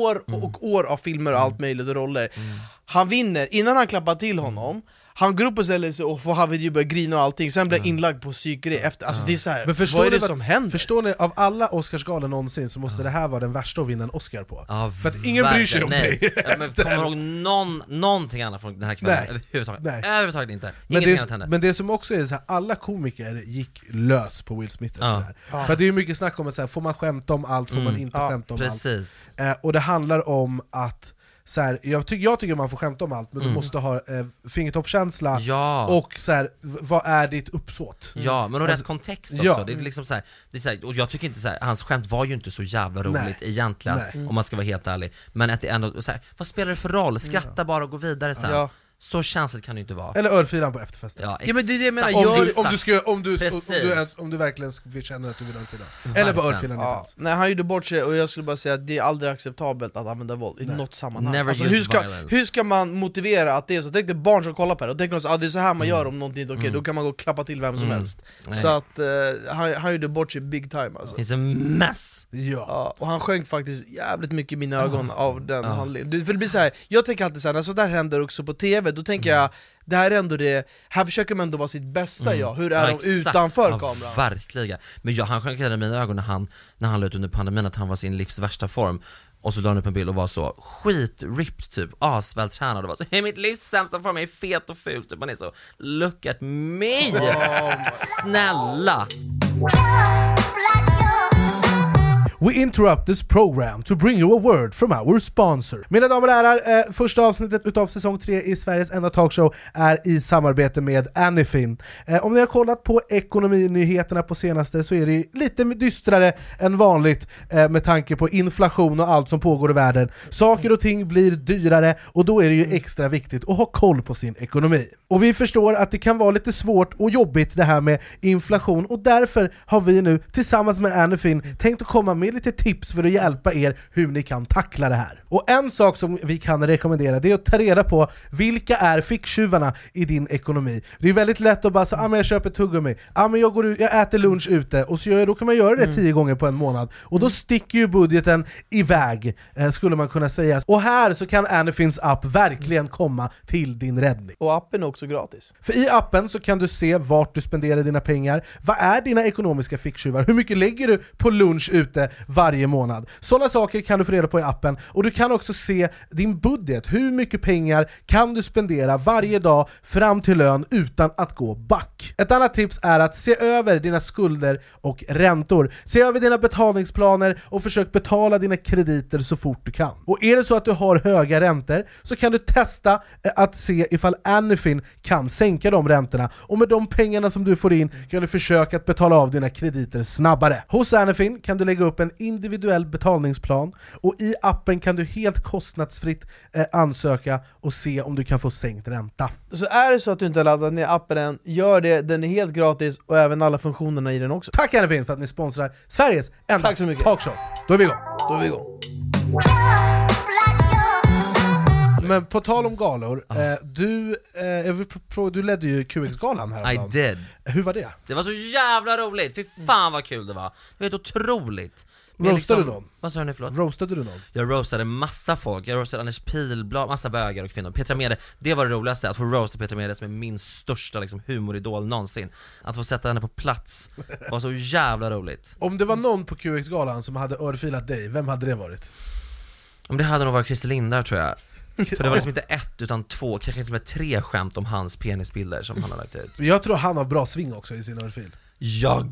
C: år och år av filmer och allt möjligt och roller Han vinner innan han klappar till honom, han går upp och ställer sig och får haveri, börjar grina och allting, sen blir han inlagd på psykgrej efter, alltså det är så här,
A: Men förstår
C: vad är
A: ni
C: det
A: vad-
C: som händer?
A: Förstår ni, av alla Oscarsgalor någonsin så måste det här vara den värsta att vinna en Oscar på.
B: Ja,
A: För att ingen bryr sig om
B: verkligen.
A: dig.
B: Nej. Ja, men kommer ihåg någon, någonting annat från den här kvällen
A: Nej.
B: överhuvudtaget.
A: Nej.
B: Överhuvudtaget inte.
A: Men
B: Ingenting
A: det,
B: annat hände.
A: men det som också är så här, alla komiker gick lös på Will Smith efter
B: Ja.
A: det här.
B: Ja.
A: För att det är ju mycket snack om att så här, får man skämta om allt, får man
B: Mm.
A: inte
B: Ja,
A: skämta om
B: precis.
A: allt. Eh, och det handlar om att så här, jag, ty jag tycker man får skämta om allt, men
B: Mm.
A: du måste ha eh, fingertoppskänsla
B: Ja.
A: och så här, v- vad är ditt uppsåt?
B: Ja, men och rätt
A: Alltså,
B: kontext också.
A: ja.
B: Det är liksom så här, det är så här, och jag tycker inte så här, hans skämt var ju inte så jävla roligt
A: Nej.
B: egentligen,
A: Nej.
B: om man ska vara helt ärlig. Men att det ändå, så här, vad spelar det för roll? Skratta bara och gå vidare sen.
C: Ja.
B: Så känsligt kan det ju inte vara.
A: Eller ölfiran på efterfesten.
B: Ja,
A: Ja, men det är det jag menar,
B: exakt.
A: jag-
B: Exakt.
A: om du ska- om du- om du-
B: Precis.
A: om du verkligen sk- känner att du vill örfila. Eller bara örfila inte alls.
C: Nej han gjorde bort sig och jag skulle bara säga att det är aldrig acceptabelt att använda våld i något sammanhang
B: Never
C: alltså,
B: use
C: hur, ska,
B: violence.
C: hur ska man motivera att det är så? Tänk dig barn som kollar på det och tänker att ah, det är så här man gör om någonting inte är okej,
B: Mm.
C: då kan man gå och klappa till vem som
B: Mm.
C: helst
B: Nej.
C: Så att eh, han, han gjorde bort sig big time alltså
B: He's a mess!
A: Ja.
C: och han sjönk faktiskt jävligt mycket i mina ögon av den
B: Ja.
C: handlingen du, för det blir så här, Jag tänker alltid så här, när sånt där händer också på TV, då tänker
B: Mm.
C: jag det här är ändå det, här försöker de ändå vara sitt bästa jag, hur är
B: Ja,
C: de
B: exakt.
C: utanför
B: ja,
C: kameran?
B: Verkligen. Men jag, han sjönk redan i mina ögon när han, när han la ut under pandemin att han var i sin livs värsta form. Och så la han upp en bild och var så skit-ripped typ, asvältränad och var så "I mitt livs sämsta form, jag är fet och ful typ. Man är så look at me!
C: Oh
B: Snälla!
A: We interrupt this program to bring you a word from our sponsor. Mina damer och herrar, eh, första avsnittet utav säsong 3 i Sveriges enda talkshow är i samarbete med Anyfin. Eh, om ni har kollat på ekonominyheterna på senaste så är det lite dystrare än vanligt eh, med tanke på inflation och allt som pågår i världen. Saker och ting blir dyrare och då är det ju extra viktigt att ha koll på sin ekonomi. Och vi förstår att det kan vara lite svårt och jobbigt det här med inflation och därför har vi nu tillsammans med Anyfin tänkt att komma med lite tips för att hjälpa er hur ni kan tackla det här. Och en sak som vi kan rekommendera det är att ta reda på vilka är ficktjuvarna i din ekonomi. Det är väldigt lätt att bara säga ah, men jag köper tuggummi, ah, men jag, går ut, jag äter lunch ute, och så gör, jag- då kan man göra det tio gånger på en månad. Och då sticker ju budgeten iväg, eh, skulle man kunna säga. Och här så kan Anyfins app verkligen komma till din räddning.
C: Och appen är också gratis
A: För i appen så kan du se vart du spenderar dina pengar, vad är dina ekonomiska ficktjuvar, hur mycket lägger du på lunch ute varje månad? Sådana saker kan du få reda på i appen, och du kan också se din budget, hur mycket pengar kan du spendera varje dag fram till lön utan att gå back? Ett annat tips är att se över dina skulder och räntor. Se över dina betalningsplaner och försök betala dina krediter så fort du kan. Och är det så att du har höga räntor så kan du testa eh, att se ifall Anyfin kan sänka de räntorna och med de pengarna som du får in kan du försöka att betala av dina krediter snabbare. Hos Anyfin kan du lägga upp en individuell betalningsplan och i appen kan du helt kostnadsfritt eh, ansöka och se om du kan få sänkt ränta.
C: Så är det så att du inte laddat ner appen än, gör det, den är helt gratis och även alla funktionerna i den också
A: Tack Anyfin för att ni sponsrar Sveriges enda
C: Tack så mycket.
A: talkshow! Då är vi igång!
C: Då är vi igång
A: Men på tal om galor, eh, du, eh, jag vill pr- fråga, du ledde ju QX-galan häromdagen.
B: I did.
A: Hur var det?
B: Det var så jävla roligt, fy fan vad kul det var! Det var helt otroligt! Men liksom-
A: Roastade du någon?
B: Vad sa du nu förlåt?
A: Roastade du någon?
B: Jag roastade massa folk, jag roastade Anders Pilblad, massa bögar och kvinnor. Petra Mede, det var det roligaste, att få roasta Petra Mede som är min största liksom, humoridol någonsin. Att få sätta henne på plats var så jävla roligt.
A: Om det var någon på QX-galan som hade örfilat dig, vem hade det varit?
B: Om det hade nog varit Christer Lindar tror jag. För det var liksom inte ett utan två, kanske till och med tre skämt om hans penisbilder som han har lagt ut.
A: Jag tror han har bra sving också i sin örfil.
B: Ja,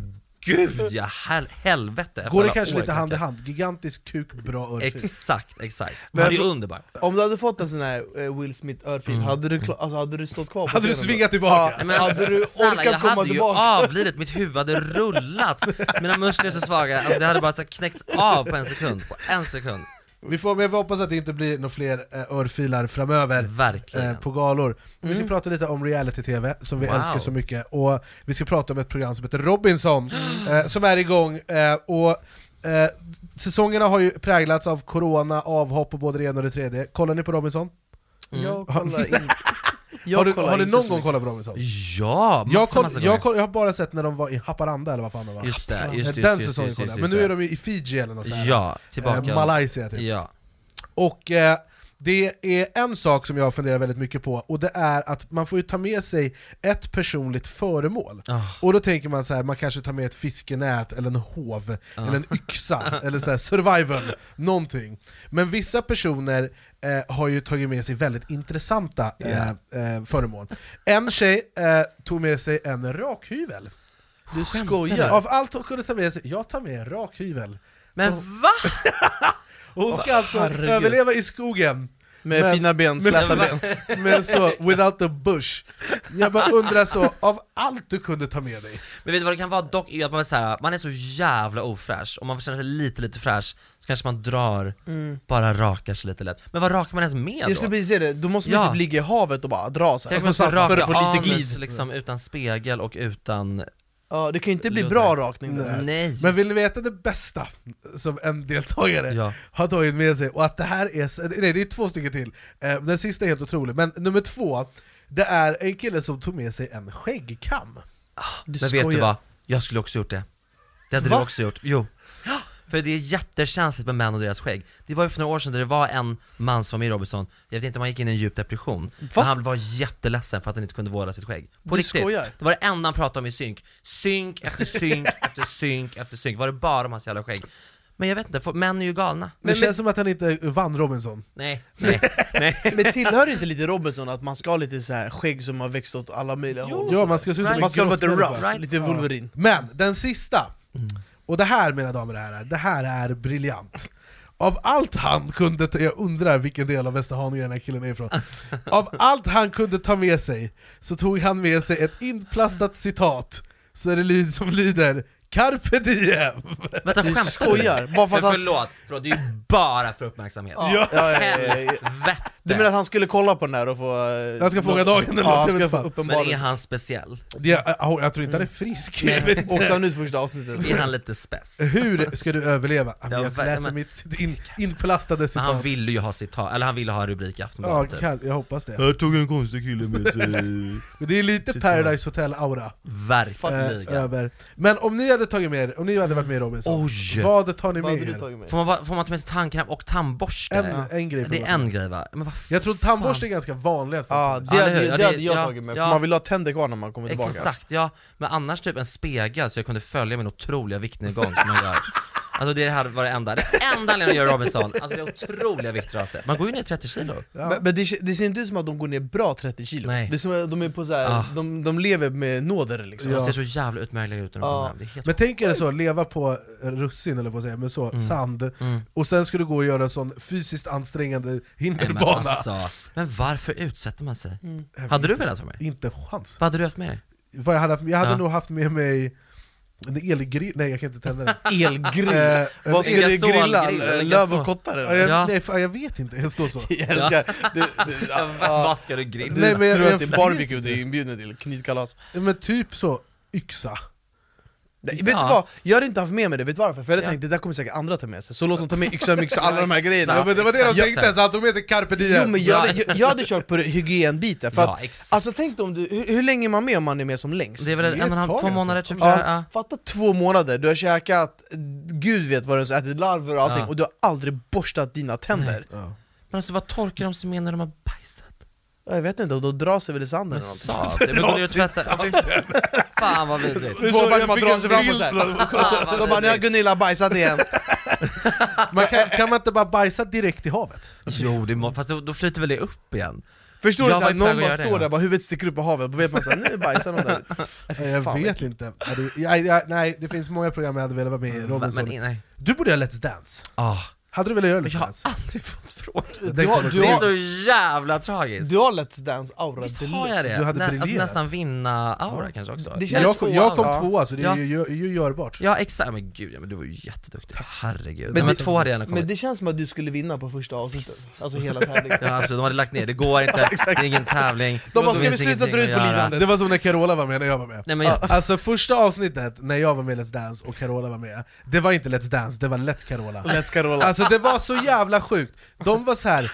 B: gud ja, hel- helvete. Jag får
A: Går det
B: alla
A: kanske
B: år
A: lite hand i
B: knacka.
A: hand? Gigantisk kuk, bra örfil.
B: Exakt, exakt.
C: Men
B: Men han är ju
C: jag tror-
B: underbar.
C: Om du hade fått en sån här eh, Will Smith örfil, hade, du kla- alltså, hade du stått kvar på
A: Hade du
C: scenen då?
A: svingat tillbaka?
C: Ja,
B: Nej, Men
C: hade du
B: snälla, jag
C: orkat komma
B: hade ju
C: tillbaka?
B: avlidit, mitt huvud hade rullat. Mina muskler är så svaga, alltså, det hade bara så här knäckts av på en sekund. På en sekund.
A: Vi får men vi hoppas att det inte blir några fler eh, örfilar framöver
B: Verkligen. Mm.
A: eh, på galor. Vi ska prata lite om reality-tv som vi
B: Wow.
A: älskar så mycket, och vi ska prata om ett program som heter Robinson, eh, som är igång. Eh, och, eh, säsongerna har ju präglats av corona, avhopp och både det ena och det tredje. Kollar ni på Robinson? Har-
C: Jag kollar in- jag
A: har du,
C: kollar
A: har du
C: inte
A: någon
C: så
A: gång
C: mycket.
A: kollat på Robinson?
B: Ja, massa,
A: jag, koll,
B: massa
A: jag,
B: gånger.
A: koll, jag har bara sett när de var i Haparanda eller vad fan det var.
B: Just det, just, just,
A: Den
B: just,
A: säsongen
B: just,
A: kollade jag,
B: just,
A: men nu
B: just
A: är de ju i Fiji eller något sånt här.
B: Ja, tillbaka.
A: Eh, Malaysia typ.
B: Ja.
A: Och eh, det är en sak som jag funderar väldigt mycket på, och det är att man får ju ta med sig ett personligt föremål.
B: Ah.
A: Och då tänker man så här, man kanske tar med ett fiskenät, eller en hov,
B: Ah.
A: eller en yxa, eller så här, survival, någonting. Men vissa personer eh, har ju tagit med sig väldigt intressanta eh,
B: Ja.
A: eh, föremål. En tjej eh, tog med sig en rakhyvel.
C: Du
A: Skojar. Av allt hon kunde ta med sig, jag tar med en rakhyvel.
B: Men
A: Och-
B: va?
A: och hon ska
B: Åh,
A: alltså
B: herregud.
A: överleva i skogen
C: Med fina ben, släta
A: men-
C: ben.
A: Men så, without the bush. Jag bara undrar så, av allt du kunde ta med dig,
B: Men vet du vad det kan vara dock? Är Att man, är så här, man är så jävla ofräsch, om man känner sig lite lite fräsch så kanske man drar,
C: Mm.
B: bara rakar sig lite lätt. Men vad rakar man ens med då?
C: Jag skulle precis säga det, då måste man
B: Ja.
C: typ ligga i havet och bara dra så här.
B: Tänk om man ska
C: för
B: raka
C: att få lite
B: anus
C: glid.
B: liksom utan spegel och utan...
C: Ja, det kan ju inte
B: bli
C: bra rakning det
A: där.
B: Nej.
A: Men vill ni veta det bästa som en deltagare
B: Ja.
A: har tagit med sig? Och att det här är... s- Nej, det är två stycken till. Eh, Den sista är helt otrolig, men nummer två, det är en kille som tog med sig en skäggkam.
B: men vet du vad? Jag skulle också gjort det. Det hade
A: Va?
B: du också gjort. Jo. Ja, För det är jättekänsligt med män och deras skägg. Det var ju för några år sedan där det var en man som i Robinson, jag vet inte om han gick in i en djup depression, men han var jätteledsen för att han inte kunde vårda sitt skägg. På
C: Du
B: riktigt.
C: skojar.
B: Det var det enda han pratade om i synk. Synk efter synk efter synk efter synk. Var det bara om hans jävla skägg. Men jag vet inte, för män är ju galna.
A: det känns som att han inte vann Robinson.
B: Nej, nej, nej.
C: Men tillhör det inte lite Robinson att man ska ha lite så här skägg som har växt åt alla möjliga håll? och
A: Ja,
C: så
A: man
C: där?
A: ska se ut som en
C: Man ska vara lite
A: grottmänniska.
C: rough, lite
A: Ja.
C: Wolverine.
A: Men den sista, och det här mina damer och herrar, det här är briljant. Av allt han kunde, ta, jag undrar vilken del av Västerhaninge den här killen är ifrån. Av allt han kunde ta med sig så tog han med sig ett inplastat citat så det lyd, som lyder Carpe diem!
B: Vänta, skämtar du? Men förlåt, förlåt, det är ju bara för uppmärksamhet.
C: Ja, ja, ja, ja, ja.
B: Helvete!
C: Du menar att han skulle kolla på den här och få... eh,
A: Han ska fråga dagen eller
C: ja,
A: något, jag
C: han
A: vet
C: ska
A: fan.
C: få
B: Men är
C: uppenbarelse.
B: han speciell?
A: Det, jag, jag tror inte han är frisk.
B: Mm. Nej.
C: Åkte han ut första avsnittet?
B: Är han lite spess?
A: Hur ska du överleva?
B: Ja,
A: Jag
B: ver-
A: läser
B: men-
A: mitt in, inplastade
B: Men
A: citat.
B: han ville ju ha citat, eller han ville ha en rubrik i
A: Ja,
B: Aftonbladet typ.
A: kan, jag hoppas det.
B: Här tog en konstig kille med sig.
A: Men det är lite Paradise Hotel-aura.
B: Verkligen.
A: Eh, över. Men om ni hade tagit med er, om ni hade varit med i Robinson,
B: Oj.
A: vad tar ni
B: Vad
A: med
B: hade du
A: er?
B: Får man, bara, får man ta med sig tandkräm och tandborste?
A: En- en grej får
B: Det
A: man
B: är
A: ta med.
B: en grej va? Men vad f-
A: Jag tror tandborste är ganska vanligt att
C: Ja,
A: folk tar
C: det,
A: med
B: eller hur?
C: hade,
B: Ja,
C: det hade
B: det-
C: jag
B: ja,
C: tagit med, för
B: ja.
C: man vill ha tänder kvar när man kommer tillbaka.
B: Exakt, ja. Men annars typ en spegel så jag kunde följa min otroliga viktnedgång som jag gör. Alltså det här var det enda, det enda anledningen jag gör Robinson, alltså det otroliga viktraset. Man går ju ner 30 kilo.
C: Men, men det, det ser inte ut som att de går ner bra 30 kilo.
B: Nej.
C: Det är som att de är på så här,
B: Ah.
C: de, de lever med nåder liksom.
B: De ser så jävla utmärkliga ut när de kommer
C: Ja.
B: hem. Det är helt
A: Men tänk er så, leva på eh, russin eller på att säga, men så, sand,
B: Mm.
A: och sen ska du gå och göra en sån fysiskt ansträngande
B: Nej, men,
A: hinderbana.
B: alltså, men varför utsätter man sig?
A: Mm.
B: Hade du velat vara med?
A: Inte chans.
B: Vad hade du haft med dig?
A: Vad jag hade, haft- jag hade
B: Ja.
A: nog haft med mig en elgrill, nej jag kan inte tända den.
C: Elgrill?
A: Eh,
C: Vad
A: en
C: ska du
A: gasol-
C: grilla?
A: grill,
C: Eh,
A: en
C: löv och
A: gasol.
C: kottar, eller?
A: Ja, jag,
C: Ja.
A: nej, fan, jag vet inte, jag står så.
C: Jag älskar... Du, du, ja,
B: Vad ska du grilla?
A: Nej, men jag-
C: tror
A: jag-
C: att det är barbecue du är inbjuden till, knytkalas.
A: Men typ så, yxa.
C: Nej, vet du vad? Jag hade inte haft med mig det, vet du varför? För jag hade tänkt det där kommer säkert andra ta med sig, så låt dem ta med yxa, myxa, alla de här grejerna
A: Ja, men det var det de
C: Jag-
A: tänkte, så han tog med sig carpe diem.
C: Jo men jag hade, jag, jag hade kört på det- hygienbiten, för
A: Ja,
C: att, alltså tänk dig om du, hur, hur länge är man med om man är med som längst?
B: Det är väl en och en halv, två månader typ
C: alltså. Ja,
B: sådär, ja.
C: Fatta två månader, du har käkat, gud vet vad du har ätit, larver och allting,
B: Ja.
C: och du har aldrig borstat dina tänder
B: Men alltså vad torkar de sig med när de har bajsat?
C: Ja, Jag vet inte, och då drar sig väl i sanden
B: Men
C: eller
B: sa det, men går ni och tvättar? Ja, fy Fan vad vidrigt.
C: Två backar bara drar sig framåt såhär, de bara 'Nu har Gunilla bajsat igen'
A: Man kan, kan man inte bara bajsa direkt i havet?
B: Jo, det må, fast då, då flyter väl det upp igen?
C: Förstår du?
B: Jag var
C: Såhär,
B: ju på väg att
C: någon bara
B: göra det,
C: står
B: ja.
C: där, bara huvudet sticker upp i havet, då vet man såhär 'Nu bajsar någon där ute' Nej, fy
A: Nej, Eh, jag
C: fan,
A: vet inte. Ja, det- ja, ja, nej, det finns många program jag hade velat vara med i, Robinson.
B: Mm, men- nej.
A: Du borde göra Let's Dance.
B: Ah.
A: Hade du velat göra Let's Dance?
B: Jag har aldrig fått frågan.
A: Det kommer
B: det är
A: komma.
B: så jävla tragiskt.
C: Du har Let's Dance aura
B: Visst har jag det?
A: Du hade
B: Nä, alltså
A: briljerat.
B: nästan vinna-aura kanske också.
A: Det
B: Eller
A: jag kom, jag kom
B: tvåa.
A: tvåa, så det är
B: Ja.
A: ju, gör- ju görbart.
B: Ja exakt, men gud ja, men du var ju jätteduktig. Herregud. Men,
C: Men
B: men
C: det-
B: två hade jag gärna kommit.
C: Men det känns som att du skulle vinna på första avsnittet, alltså hela tävlingen
B: Ja absolut, de hade lagt ner, det går inte, det är ingen tävling.
C: De bara,
B: Det
C: "Ska
B: finns
C: vi sluta
B: ingenting
C: dra ut
B: att
C: på
B: göra."
C: lidandet?"
A: Det var som när Carola var med, när jag var med.
B: Nej, men jag-
A: Alltså första avsnittet, när jag var med i Let's Dance och Carola var med, det var inte Let's Dance, det var Let's Carola.
C: Let's Carola.
A: Alltså det var så jävla sjukt, de var så här.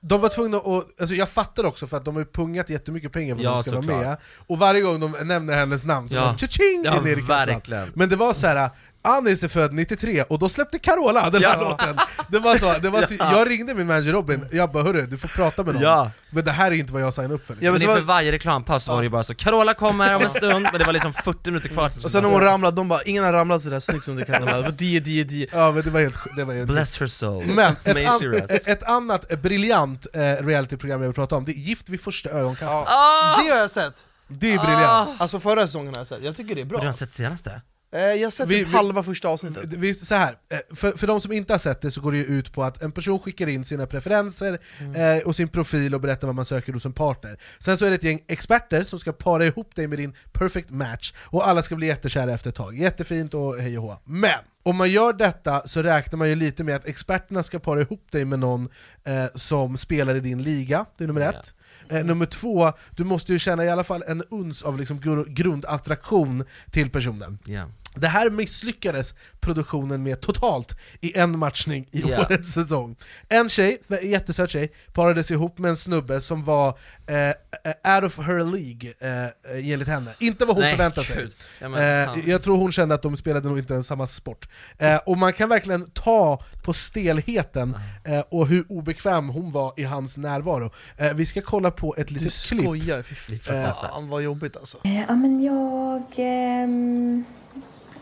A: De var tvungna att, alltså jag fattar också för att de har ju pungat jättemycket pengar för att
B: Ja,
A: de ska vara
B: såklart.
A: med, och varje gång de nämner hennes namn så
B: Ja.
A: bara tja-ching!
B: Ja,
A: ner i kassan.
B: verkligen.
A: Men det var så här. Anis är född 93 och då släppte Carola den här
B: Ja.
A: låten! Det var så, det var så,
B: Ja.
A: Jag ringde min manager Robin, jag bara hörru, du får prata med någon,
B: Ja.
A: men det här är inte vad jag signade upp för.
B: Ja, men inför varje reklampaus var det ju bara så Carola kommer om en stund, men det var liksom 40 minuter kvar
C: Och sen när
B: alltså.
C: hon ramlade, de bara 'Ingen har ramlat sådär snyggt som du kan ramla' Det var 10, 10, 10
A: Ja men det var helt det var helt
B: Bless her soul.
A: Men
B: May
A: ett, an
B: she rest.
A: ett annat briljant eh, realityprogram jag vill prata om, det är Gift vid första ögonkastet.
B: Ah!
C: Det har jag sett!
A: Det är briljant.
C: Alltså förra säsongen har jag sett, jag tycker det är
B: Men du har
C: bra Eh,
B: inte sett senaste?
D: jag har sett typ halva första avsnittet.
A: Vi, vi- så här, eh, för, för de som inte har sett det så går det ju ut på att en person skickar in sina preferenser eh, och sin profil och berättar vad man söker hos en partner. Sen så är det ett gäng experter som ska para ihop dig med din perfect match och alla ska bli jättekära efter ett tag. Jättefint och hej och hå. Men! Om man gör detta så räknar man ju lite med att experterna ska para ihop dig med någon eh, som spelar i din liga, det är nummer ett. Eh, nummer två, du måste ju känna i alla fall en uns av liksom gru- grundattraktion till personen.
B: Ja.
A: Det här misslyckades produktionen med totalt i en matchning i
B: Ja.
A: årets säsong. En tjej, en jättesöt tjej, parades ihop med en snubbe som var eh, eh, out of her League, eh, eh, enligt henne. Inte vad hon
B: Nej,
A: förväntade sig.
B: gud. Ja, men,
A: eh,
B: fan.
A: jag tror hon kände att de spelade nog inte ens samma sport. Eh, och man kan verkligen ta på stelheten eh, och hur obekväm hon var i hans närvaro. Eh, vi ska kolla på ett litet klipp. Du skojar, fy
D: fan vad jobbigt alltså.
M: Eh, Ja, men jag ehm,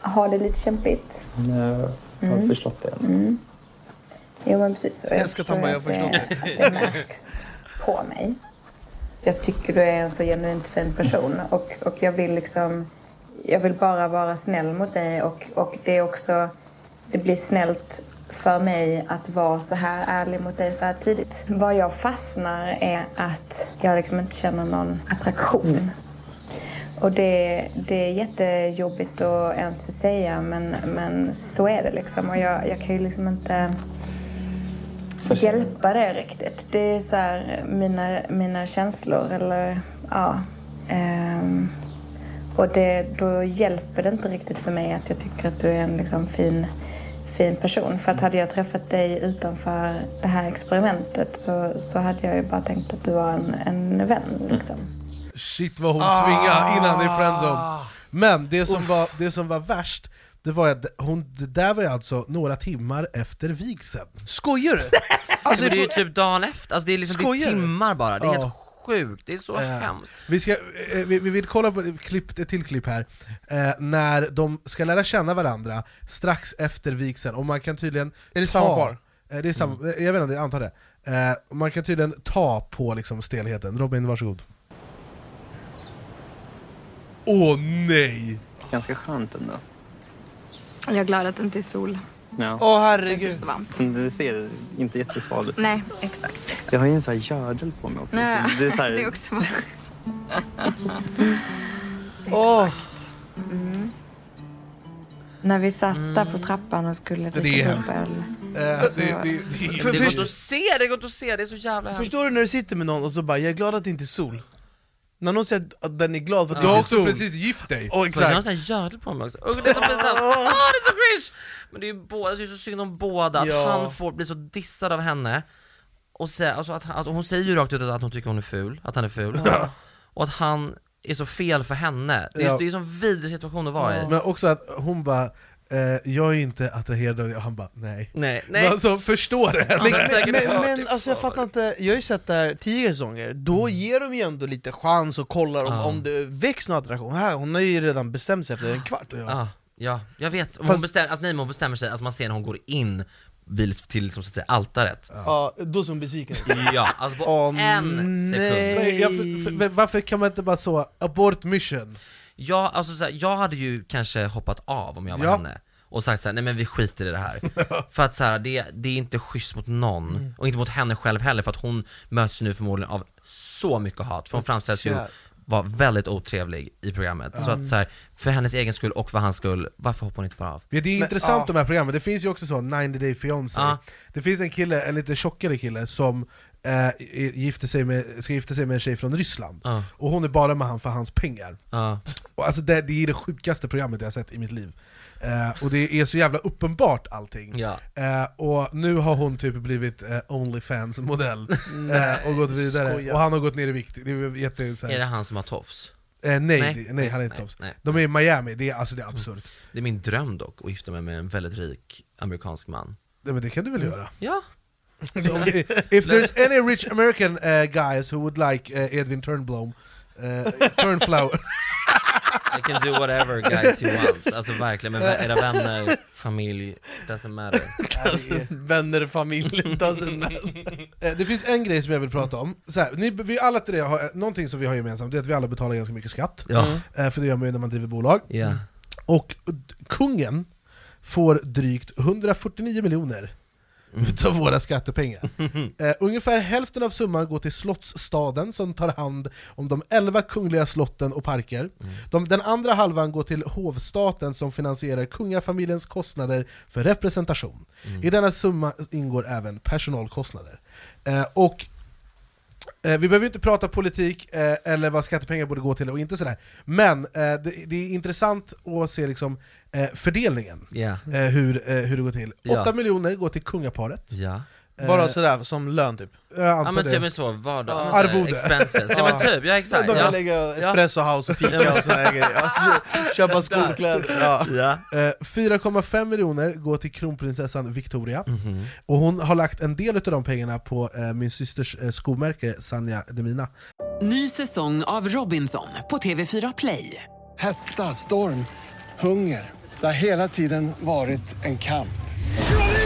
M: har det lite kämpigt.
N: Jag har
M: Mm.
N: förstått det.
M: Jo, men precis. Och
N: Jag älskar att han bara, jag
M: förstår
N: har
M: att
N: förstått
M: det,
N: det.
M: det märks på mig. Jag tycker du är en så genuint fin person och, och jag vill liksom... Jag vill bara vara snäll mot dig och, och det är också... Det blir snällt för mig att vara så här ärlig mot dig så här tidigt. Vad jag fastnar är att jag liksom inte känner någon attraktion. Och det, det är jättejobbigt att ens säga men, men så är det liksom. Och jag, jag kan ju liksom inte hjälpa det riktigt. Det är så här mina, mina känslor eller ja. Ehm, och det, då hjälper det inte riktigt för mig att jag tycker att du är en liksom fin, fin person. För att hade jag träffat dig utanför det här experimentet så, så hade jag ju bara tänkt att du var en, en vän liksom.
A: Shit vad hon svingade innan i
D: Ah.
A: friendzone. Men det som, var, det som var värst, det var att hon, det där var ju alltså några timmar efter vigseln.
D: Skojar du?
B: Alltså, det är ju typ dagen efter, alltså, det är liksom det är
A: Skojar du?
B: timmar bara, det är
A: Ja.
B: helt sjukt, det är så
A: Eh,
B: hemskt.
A: Vi, ska, eh, vi, vi vill kolla på ett, klipp, ett till klipp här, eh, när de ska lära känna varandra strax efter vigseln, och man kan tydligen
D: Är det samma par? Mm.
A: Eh, det är samma, eh, Jag vet inte, jag antar det. Eh, och man kan tydligen ta på liksom, stelheten. Robin, varsågod. Åh nej!
N: Ganska skönt ändå.
O: Jag är glad att det inte är sol.
N: Ja.
O: Åh, herregud. Det är så varmt.
N: Men Det ser inte jättesval ut.
O: Nej, exakt. exakt.
N: Jag har ju en sån här gördel på mig också.
O: Nej,
N: så Det är, så här,
O: det är också varmt.
D: Åh!
M: Mm. När vi satt där på trappan och skulle
A: Det är hemskt. Eh, det- det- det-
B: Det går inte att se, det går inte att se, det är så jävla hemskt.
D: Förstår du när du sitter med någon och så bara “jag är glad att det inte är sol”? När någon säger att den är glad för att
B: Ja.
D: det
B: Jag
D: inte
B: har
D: är sol.
B: precis
A: gift dig.
D: Oh,
B: Jag har en
D: exakt.
B: sån här gördel på mig också, Usch, det är så pinsamt! Åh det är så cringe! Men det är ju båda, det är så synd om båda, att
E: Ja.
B: han får bli så dissad av henne och sä, alltså att, han- att hon säger ju rakt ut att hon tycker hon är ful, att han är ful och att han är så fel för henne, det är,
A: Ja.
B: det är en sån vidrig situation att vara i
A: Men också att hon bara eh, jag är ju inte attraherad av dig, och han bara nej.
B: Nej,
A: Men Alltså förstår det?
D: Men, men, men,
B: typ
D: men alltså jag fattar inte, jag har ju sett det här tio säsonger, då ger de ju ändå lite chans och kollar om,
B: Ja.
D: om det väcks någon attraktion. Här, hon har ju redan bestämt sig efter en kvart.
B: Ja, ja jag vet. Om Hon
D: Fast-
B: bestämmer, alltså, nej, men hon bestämmer sig, alltså man ser när hon går in vid, till liksom, så att säga, altaret.
D: Ja, då som besviken.
B: Ja, alltså på en
A: Nej, jag,
B: sekund.
A: för, för, varför kan man inte bara så, abort mission?
B: Ja, alltså, så här, jag hade ju kanske hoppat av om jag var
A: Ja.
B: henne och sagt såhär, nej men vi skiter i det här. för att så här, det, det är inte schysst mot någon,
E: Mm.
B: och inte mot henne själv heller för att hon möts nu förmodligen av så mycket hat, för hon framställs ju
E: Kär.
B: vara väldigt otrevlig i programmet. Så
A: Ja.
B: att så här, för hennes egen skull och för hans skull, varför hoppar hon inte bara av?
A: Ja, det är intressant de här programmen, det finns ju också så 90 day fiancé
B: Ja.
A: Det finns en kille, en lite tjockare kille som eh, gifte sig med, ska gifta sig med en tjej från Ryssland
B: Ja.
A: Och hon är bara med han för hans pengar
B: Ja.
A: och alltså det, det är det sjukaste programmet jag har sett i mitt liv eh, Och det är så jävla uppenbart allting
B: Ja.
A: eh, Och nu har hon typ blivit eh, Onlyfans-modell
B: Nej,
A: eh, och gått
B: du
A: vidare,
B: skojar.
A: och han har gått ner i vikt det är, jätte, så här-
B: Är det han som har tofs?
A: Eh, nej,
B: Nej,
A: det- nej,
B: nej,
A: han är inte
B: nej,
A: tofs.
B: nej, Mm.
A: De är i Miami, det är, alltså, det är absurt.
B: Det är min dröm dock, att gifta mig med en väldigt rik amerikansk man.
A: Nej, men det kan du
B: Mm.
A: väl göra?
B: Ja.
A: So, i- if there's any rich American uh, guys who would like uh, Edwin Turnblom, uh, Turnflower...
B: I can do whatever guys you want. Alltså verkligen, men era vänner, familj, doesn't matter.
D: Vänner, familj, doesn't matter.
A: Eh, Det finns en grej som jag vill prata om. Så här, ni, vi alla tre har, eh, någonting som vi har gemensamt det är att vi alla betalar ganska mycket skatt.
B: Ja.
A: Eh, För det gör man ju när man driver bolag.
B: Ja.
A: Och d- kungen får drygt 149 miljoner utav våra skattepengar. Eh, ungefär hälften av summan går till Slottsstaden som tar hand om de 11 kungliga slotten och parker. De, den andra halvan går till hovstaten som finansierar kungafamiljens kostnader för representation. I denna summa ingår även personalkostnader. Eh, och Eh, vi behöver inte prata politik eh, eller vad skattepengar borde gå till och inte sådär. Men eh, det, det är intressant att se liksom, eh, fördelningen,
B: Ja.
A: eh, hur, eh, hur det går till. 8
B: Ja.
A: miljoner går till kungaparet.
B: Ja.
C: Bara sådär, som lön typ?
A: Jag
B: Ja
A: antar
B: men
A: det.
B: typ så, vardag,
C: Ja.
B: ja.
C: Arvode.
B: expenses, ja men typ, ja exakt
C: De kan
B: ja.
C: lägga espresso house och fika och såna här grejer. Ja, kö- Köpa skolkläder. Ja.
A: Eh, 4,5 miljoner går till kronprinsessan Victoria,
B: Mhm.
A: och hon har lagt en del av de pengarna på eh, min systers eh, skomärke Sanja Demina.
F: Ny säsong av Robinson på TV4 Play.
G: Hetta, storm, hunger. Det har hela tiden varit en kamp.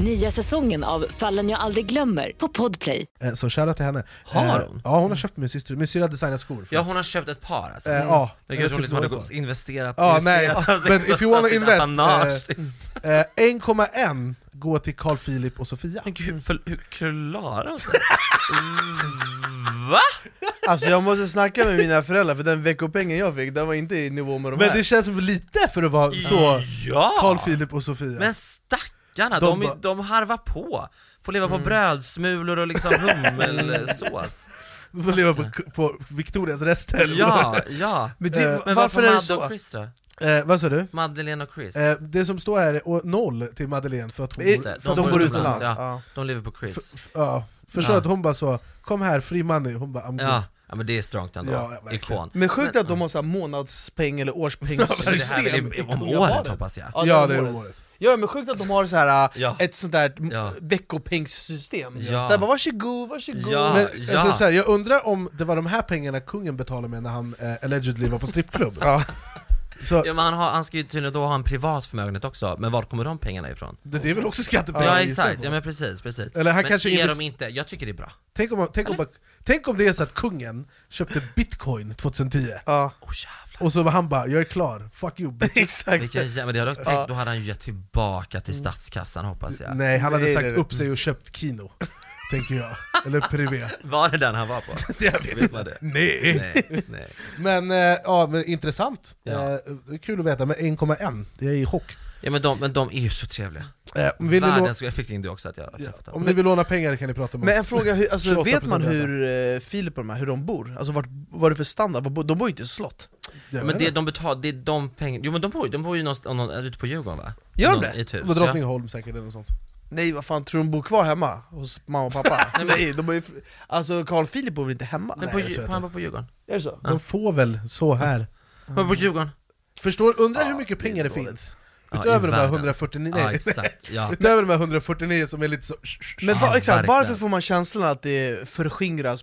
J: Nya säsongen av Fallen jag aldrig glömmer på Podplay.
A: Eh, så shoutout till henne.
B: Har
A: hon? Ja hon har köpt min syster, min syrra har designat skor.
B: Ja hon har köpt ett par alltså.
A: Eh, ja.
B: Det
A: Jag
B: kanske hon
A: tycker
B: liksom hade
A: det var
B: gått- investerat,
A: Ja, nej.
B: investerat av
A: Men
B: sina-
A: if you wanna
B: sina
A: invest,
B: apanage,
A: eh,
B: liksom.
A: eh, 1,1 går till Carl Philip och Sofia. Men
B: gud, för, hur klarar hon sig? Va?
C: Alltså jag måste snacka med mina föräldrar för den veckopengen jag fick, den var inte i nivå med de
A: Men
C: här.
A: det känns väl lite för att vara så,
B: Ja!
A: Carl Philip och Sofia.
B: Men stackarna,
A: De Mm.
B: de,
A: bara-
B: de, harvar på. Får leva på brödsmulor och liksom hummelsås.
A: Du får leva på, på Victorias rester.
B: Ja, ja. Men det- Men varför varför är det Madde så? och Chris då?
A: Eh, vad sa du?
B: Madeleine och Chris.
A: Eh, det som står här är och noll till Madeleine för att hon
B: Just
A: bor-
B: det,
A: för att hon bor utomlands.
B: Ja. De lever på Chris.
A: F- f- Ja. Förstår
B: Ja.
A: att hon bara så, kom här, free money. Hon bara, I'm
B: Ja.
A: good.
B: ja, men det är strongt ändå.
A: Ja, verkligen.
B: Ikon.
C: Men sjukt att de har så här månadspeng eller årspengsystem
B: Ja, men det här är väl
C: i
B: om
C: kungaparet.
B: året, hoppas jag.
A: Ja,
C: är
A: det är om året.
C: Ja men sjukt att de har så här, äh,
B: Ja.
C: ett sånt där m-
B: Ja.
C: veckopengssystem.
B: Ja.
C: Där bara varsågod, varsågod.
A: Men, Alltså, så här, jag undrar om det var de här pengarna kungen betalade med när han eh, allegedly var på strippklubb. Så-
B: Ja, men han, har, han ska ju tydligen då ha en privat förmögenhet också, men var kommer de pengarna ifrån?
A: Det- det är väl också skattepengar,
B: Ja
A: gissar jag
B: exakt,
A: på.
B: ja men precis, precis.
A: Eller han
B: men
A: kanske
B: är
A: invest-
B: de inte, jag tycker det är bra.
A: Tänk om, tänk, om, bara- tänk om det är så att kungen köpte bitcoin 2010 och så var han bara 'jag är klar, fuck you bitches.
B: Vilka, jä- men det hade jag tänkt, Då hade han ju gett tillbaka till statskassan hoppas jag.
A: Nej, han hade sagt upp sig och köpt Kino, tänker jag. Eller Privé.
B: Var det den han var på?
A: jag vet
B: Vet man det?
A: Nej.
B: Nej, nej.
A: Men, eh, ja, men intressant. Eh, det är kul att veta, men 1,1, jag är i chock.
B: Ja men de, men de är ju så trevliga.
A: Eh, vill ni
B: Världens,
A: nå-
B: jag fick in det också att jag har träffat dem.
A: Om ni vill låna pengar kan ni prata med
C: Men
A: oss.
C: en fråga, hur, alltså,
A: 28%
C: vet man
A: ränta.
C: hur eh, Filip och de här, hur de bor? Alltså vart, vad är det för standard? Vad bo- De bor ju inte i slott.
B: Ja, men det de betalar, det är de pengarna, jo men de bor, de bor ju någonstans, någon, ute på Djurgården va?
C: Gör de
B: Någon-
C: det?
B: I ett hus,
A: På Drottningholm säkert eller något sånt.
C: Nej vad fan, tror de bor kvar hemma? Hos mamma och pappa? Nej, de bor ju, alltså Carl Philip bor väl inte hemma?
B: Men på, Dju- på, han bor på Djurgården.
C: Är det så?
A: De får väl så här.
B: Men på Djurgården?
A: Förstår, undrar hur mycket pengar det finns?
B: Ja, i
A: Utöver de här
B: världen.
A: 149,
B: Ja, exakt, ja.
A: utöver de här 149 som är lite så...
C: Men va,
A: Ja,
C: exakt,
A: verkligen.
C: varför får man känslan att det förskingras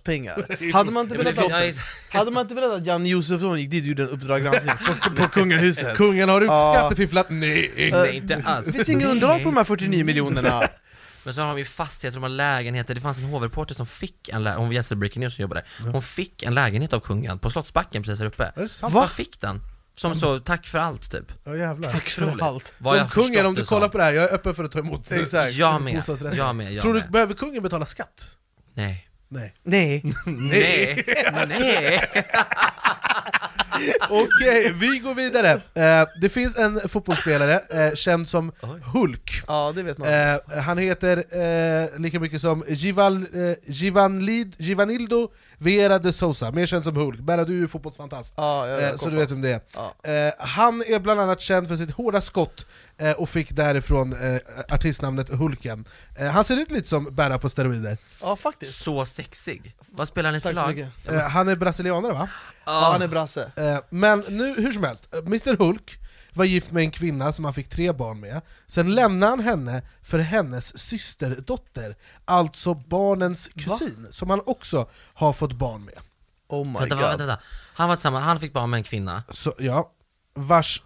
C: pengar? Hade man inte
A: Ja, men
C: velat
A: det- ja,
C: att, hade man inte velat att Janne Josefsson gick dit och gjorde en Uppdrag granskning på, på kungahuset?
A: Kungen har du
C: Ja.
A: skattefifflat? Nej!
B: Nej inte alls.
C: Det finns inget underlag på de här 49 miljonerna.
B: Men så har de ju fastigheter, de har lägenheter, det fanns en hovreporter som fick en lägenhet, hon gästade Breaking News som jobbade där, hon fick en lägenhet av kungen på Slottsbacken precis här uppe.
A: det sant?
B: Vad
A: Va?
B: fick den? Som så, tack för allt typ.
A: Ja jävlar.
B: Tack för Otroligt. allt. Vad
A: Som
B: jag förstått
A: kungen, om
B: det
A: du kollar
B: som.
A: på det här, jag är öppen för att ta emot
B: Exakt. Jag med.
A: bostadsrätter.
B: Jag med, jag
A: Tror du,
B: med.
A: behöver kungen betala skatt?
B: Nej.
A: Nej.
C: Nej.
B: Nej. Nej.
A: Okej, vi går vidare. Eh, det finns en fotbollsspelare, eh, känd som Hulk.
C: Ja, det vet man.
A: Eh, han heter eh, lika mycket som Gival, eh, Givanlid, Givanildo Vera de Sousa, mer känd som Hulk. Bära, du är ju fotbollsfantast.
D: Ja, jag- jag
A: eh, så du
D: koppar.
A: vet vem det är. Eh, han är bland annat känd för sitt hårda skott eh, och fick därifrån eh, artistnamnet Hulken. Eh, han ser ut lite som Bära på steroider.
D: Ja, faktiskt.
B: Så sexig. Vad spelar han i för
D: Tack så
B: lag?
D: mycket.
B: Ja,
A: Eh,
B: men-
A: han är brasilianare va? Eh,
B: Ja, han är
D: brasse.
A: men nu, hur som helst, eh, Mr Hulk var gift med en kvinna som han fick tre barn med. Sen lämnade han henne för hennes systerdotter, alltså barnens kusin, som han också har fått barn med.
D: Oh my
B: Vänta, vänta, vänta. Han var tillsammans, han fick barn med en kvinna.
A: Så, ja, vars...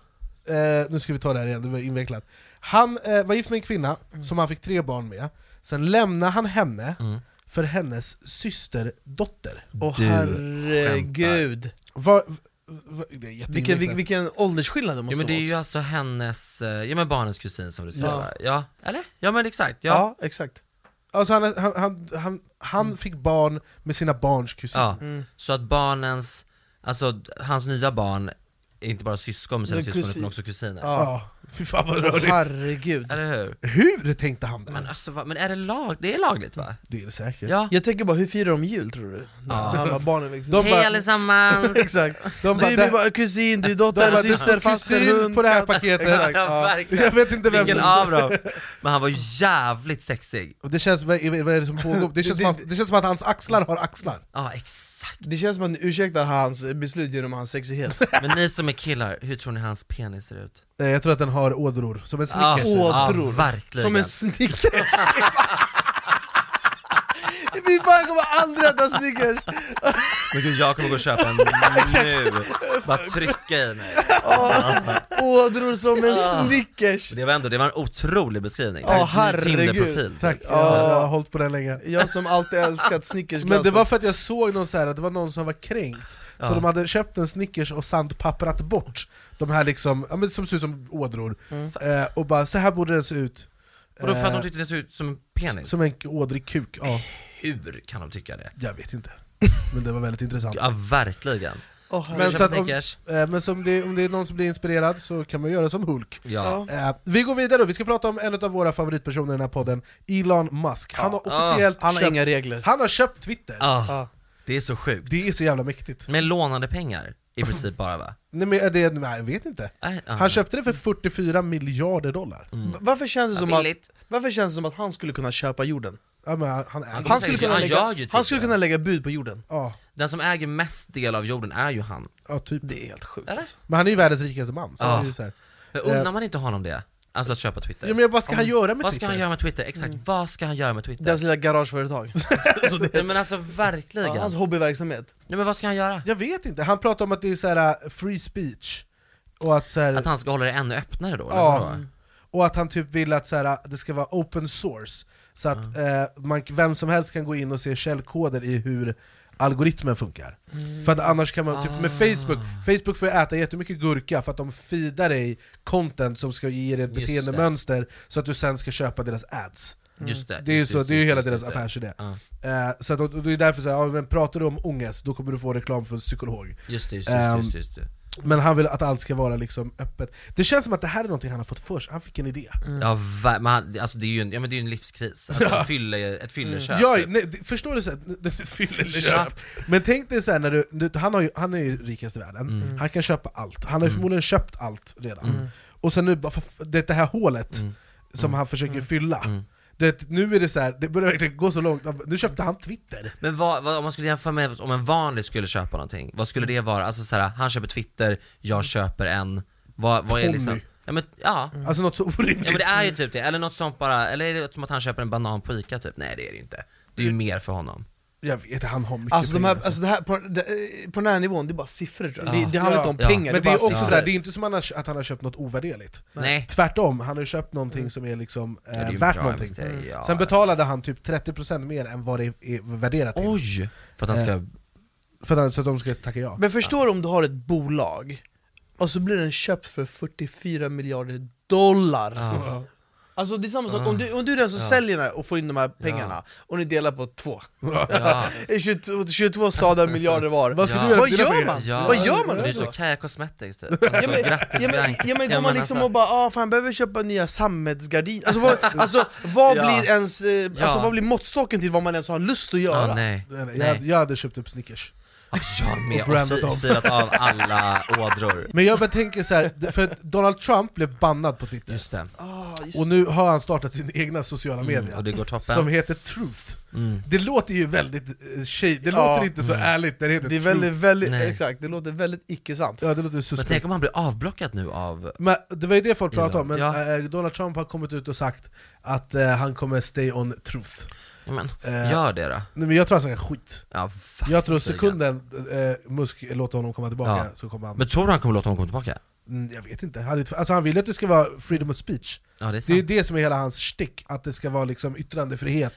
A: Eh, nu ska vi ta det här igen, det var invecklat. Han eh, var gift med en kvinna som han fick tre barn med. Sen lämnade han henne
B: Mm.
A: för hennes systerdotter.
D: Åh herregud.
A: Vad- vad- det är
D: Vilken,
A: jätteinvecklat.
D: vilken, vilken åldersskillnad det måste
B: Jo men det är ju
D: vara.
B: alltså hennes, eh, ja men barnens kusin som du säger
D: Ja.
B: ja. ja, eller? Ja men exakt, ja.
D: Ja, exakt.
A: Alltså han, han, han, han, han fick barn med sina barns kusin.
B: Ja, Så att barnens, alltså d- hans nya barn är inte bara syskon med sina
A: Men
B: syskon
A: kusin.
B: utan också kusiner.
A: Ja. Ja. Fy fan vad
B: Åh,
A: rörigt.
D: herregud.
B: Eller hur?
A: Hur tänkte han det?
B: Men alltså, va- men är det lag? Det är lagligt va?
A: Det är det säkert.
B: Ja.
D: Jag tänker bara, hur firar de jul tror du? När Han var barnen liksom.
B: Hej allesammans!
D: Exakt.
A: De
D: De
A: bara,
D: bara, du är
A: "Där-
D: min bara, kusin, du är
A: De
D: dotter,
A: bara, "Du är
D: syster,
A: kusin
D: faster, hund.
A: på det här
D: katt."
A: paketet.
D: Exakt,
A: Ja,
D: ja.
B: verkligen.
A: Jag vet inte vem
B: Vilken
A: det är.
B: av dem? Men han var jävligt sexig.
A: Och det känns, vad är, vad är det som pågår? Det känns, som, att- det känns som att hans axlar har axlar.
B: Ja, exakt.
D: Det känns som att ni ursäktar hans beslut genom hans sexighet.
B: Men ni som är killar, hur tror ni hans penis ser ut?
A: Eh, Jag tror att den har ådror, som en
B: Ja,
A: snickers.
B: ja, verkligen.
D: Som en snickers. Min fan kommer aldrig äta Snickers!
B: Men gud, jag kommer gå och köpa en nu. Bara trycka i mig.
D: Ådror som en Snickers!
B: Men Det var ändå, det var en otrolig beskrivning.
D: Åh,
B: Det här är ett nytt
D: herregud.
B: Tinder-profil.
A: Tack, jag,
D: Ja.
A: jag har hållit på den länge.
D: Jag som alltid älskat Snickersglass.
A: Men det var för att jag såg någon så här, att det var någon som var kränkt, så
B: Ja.
A: de hade köpt en Snickers och sandpapprat bort de här liksom, ja, men som ser ut som ådror,
B: Mm.
A: eh, och bara så här borde den se ut.
B: Vadå för att de
A: Eh,
B: tyckte det såg ut som en penis?
A: Som en ådrig kuk, ja.
B: Hur kan de tycka det?
A: Jag vet inte. Men det var väldigt intressant.
B: Ja, verkligen.
A: men, så att om,
B: Snickers.
A: eh, men som det, om det är någon som blir inspirerad så kan man göra som Hulk.
B: Ja.
A: Eh, vi går vidare då, vi ska prata om en av våra favoritpersoner i den här podden, Elon Musk. Han har
B: Ja. Ah,
A: officiellt
B: Han har
A: köpt,
B: inga regler.
A: Han har köpt Twitter.
B: Ja. Ah, Det är så sjukt.
A: Det är så jävla mäktigt.
B: Med lånade pengar, i princip bara va?
A: Nej, men är det, nej, jag vet inte.
B: Nej, ja. Mm.
A: Han köpte det för 44 miljarder dollar.
D: Varför känns det som
B: Vad
D: att,
B: billigt.
D: varför känns det som att han skulle kunna köpa jorden?
A: Ja, men han, han,
B: Han
A: äger.
B: kommer
D: Han skulle,
B: säkert-
D: kunna
B: han gör
D: lägga,
B: ju typ
D: han skulle
B: det.
D: kunna lägga bud på jorden.
A: Ja.
B: Den som äger mest del av jorden är ju han.
A: Ja, typ.
D: Det är helt sjukt. alltså.
B: Eller?
A: Men han är ju världens rikaste man. Så
B: Ja.
A: det är ju så här.
B: Men undrar man inte honom det? Alltså att köpa Twitter?
A: Eh. Ja, men vad ska han göra med Twitter?
B: vad
A: Mm. Alltså,
B: Vad ska han göra med Twitter? Exakt, vad ska han göra med Twitter?
D: Deras lilla garageföretag.
B: Nej, men alltså verkligen.
D: Ja, hans
A: Typ
D: hobbyverksamhet.
B: Nej, men vad ska han göra?
A: Jag vet inte, han pratar om att det är så här äh, free speech. Och att, så här,
B: Att han ska hålla det ännu öppnare då? eller
A: Ja.
B: vadå?
A: Och att han typ vill att så här, det ska vara open source, så att eh, man, vem som helst kan gå in och se källkoder i hur algoritmen funkar.
B: Mm.
A: För att annars kan man, typ med
B: Ah.
A: Facebook, Facebook får ju äta jättemycket gurka för att de feedar dig content som ska ge dig ett
B: Just
A: beteendemönster så att du sen ska köpa deras ads.
B: Just det.
A: Det är ju
B: just,
A: så,
B: just,
A: det är ju
B: just,
A: hela
B: just,
A: deras
B: just det.
A: affärsidé.
B: Ja.
A: Eh, så att, och det är därför så här, ja, men pratar du om ångest, då kommer du få reklam för en psykolog.
B: Just det, just,
A: Ehm,
B: just, just, just det.
A: Men han vill att allt ska vara liksom öppet. Det känns som att det här är någonting han har fått för sig, han fick en idé.
D: Mm.
B: Ja, ver- men han, alltså, det är ju en, ja, men det är ju en livskris. Alltså,
A: Ja.
B: en fylle, ett fylleköp. typ.
A: Ja, nej, det- förstår du? så här, du Fylleköp. Men tänk dig såhär, när du, du, han, har ju, han är ju rikast i världen,
D: Mm.
A: han kan köpa allt, han har ju förmodligen köpt allt redan. Och sen nu, bara, fa- det, det här hålet
D: Mm.
A: som han försöker
B: Mm.
A: fylla, det, nu är det så här, det börjar verkligen gå så långt, nu köpte han Twitter.
D: Mm.
B: Men vad, vad, om man skulle jämföra med om en vanlig skulle köpa någonting, vad skulle det vara? Alltså så här, han köper Twitter, jag köper en, vad, vad är
A: Ponny.
B: liksom... Ja men, ja.
A: Alltså något så orimligt.
B: ja men det är ju typ det, eller något sånt bara, eller är det som att han köper en banan på Ica typ? Nej det är det ju inte. Det är ju mer för honom.
A: Jag vet, han har mycket
D: Alltså, de här,
A: pengar,
D: alltså det här, på, det, eh, på den här nivån, det är bara siffror tror jag. Det, det handlar
A: Ja.
D: inte om pengar,
A: Men det
D: bara
A: är också
D: siffror.
A: så här, det är inte som han har, att han har köpt något ovärderligt.
B: Nej. Mm.
A: Tvärtom, han har ju köpt någonting som är liksom eh,
B: det är ju
A: värt
B: bra
A: någonting. Mm.
B: investering, ja.
A: Sen betalade han typ 30% mer än vad det är värderat till.
B: Oj! För att han ska...
A: Eh, För att, han- så att de ska tacka ja.
D: Men förstår du om du har ett bolag och så blir den köpt för 44 miljarder dollar.
B: Ja.
D: Alltså det är samma sak,
C: Ah.
D: om du, om du är den som
C: Ja.
D: säljer den här och får in de här pengarna och ni delar på två
B: Ja.
D: 22, 22 stader miljarder var
B: Vad ska du göra
D: Vad
B: med dina
D: gör
B: pengar?
D: man?
B: Ja,
D: Vad gör man?
B: Det är
D: då?
B: så Kaja Cosmetics typ.
D: Ja,
B: Alltså,
D: men-
B: grattis
D: ja, men,
B: Bianca.
D: ja, men
B: Ja,
D: går man
B: men
D: liksom
B: alltså-
D: och bara ah, fan, behöver köpa nya sammetsgardiner? Alltså vad, alltså, vad,
A: Ja.
D: blir ens, eh, alltså,
A: Ja.
D: vad blir måttstocken till vad man ens har lust att göra?
A: Jag, jag hade köpt upp Snickers.
B: Jag
A: Och
B: med och,
A: brandat
B: fi-
A: om.
B: firat av alla ådror.
A: Men jag bara tänker så här, för Donald Trump blev bannad på Twitter.
B: Just det.
D: Ah,
A: och nu har han startat sin egna sociala
B: Mm,
A: media
B: och det går toppen.
A: som heter Truth.
B: Mm.
A: Det låter ju väldigt eh, tjej, det
D: Ja.
A: låter inte så
D: Mm.
A: ärligt när det heter
D: Det är
A: Truth.
D: väldigt, väldigt, exakt, det låter väldigt icke-sant
A: Ja, det låter
B: Men
A: suspekt.
B: tänk om han blir avblockad nu av...
A: Men det var ju det folk pratade om, men
B: Ja.
A: eh, Donald Trump har kommit ut och sagt att eh, han kommer stay on truth.
B: Ja, men, gör det då.
A: Nej, men jag tror han säger skit.
B: Ja, fan,
A: Eh, jag tror
B: säger
A: sekunden eh, Musk låter honom komma tillbaka så kommer han...
B: Men tror du han kommer låta honom komma tillbaka?
A: Mm, Jag vet inte, han, är- alltså, han vill ju att det ska vara freedom of speech.
B: Ja, det är
A: det är
B: sant.
A: det som är hela hans stick, att det ska vara liksom yttrandefrihet.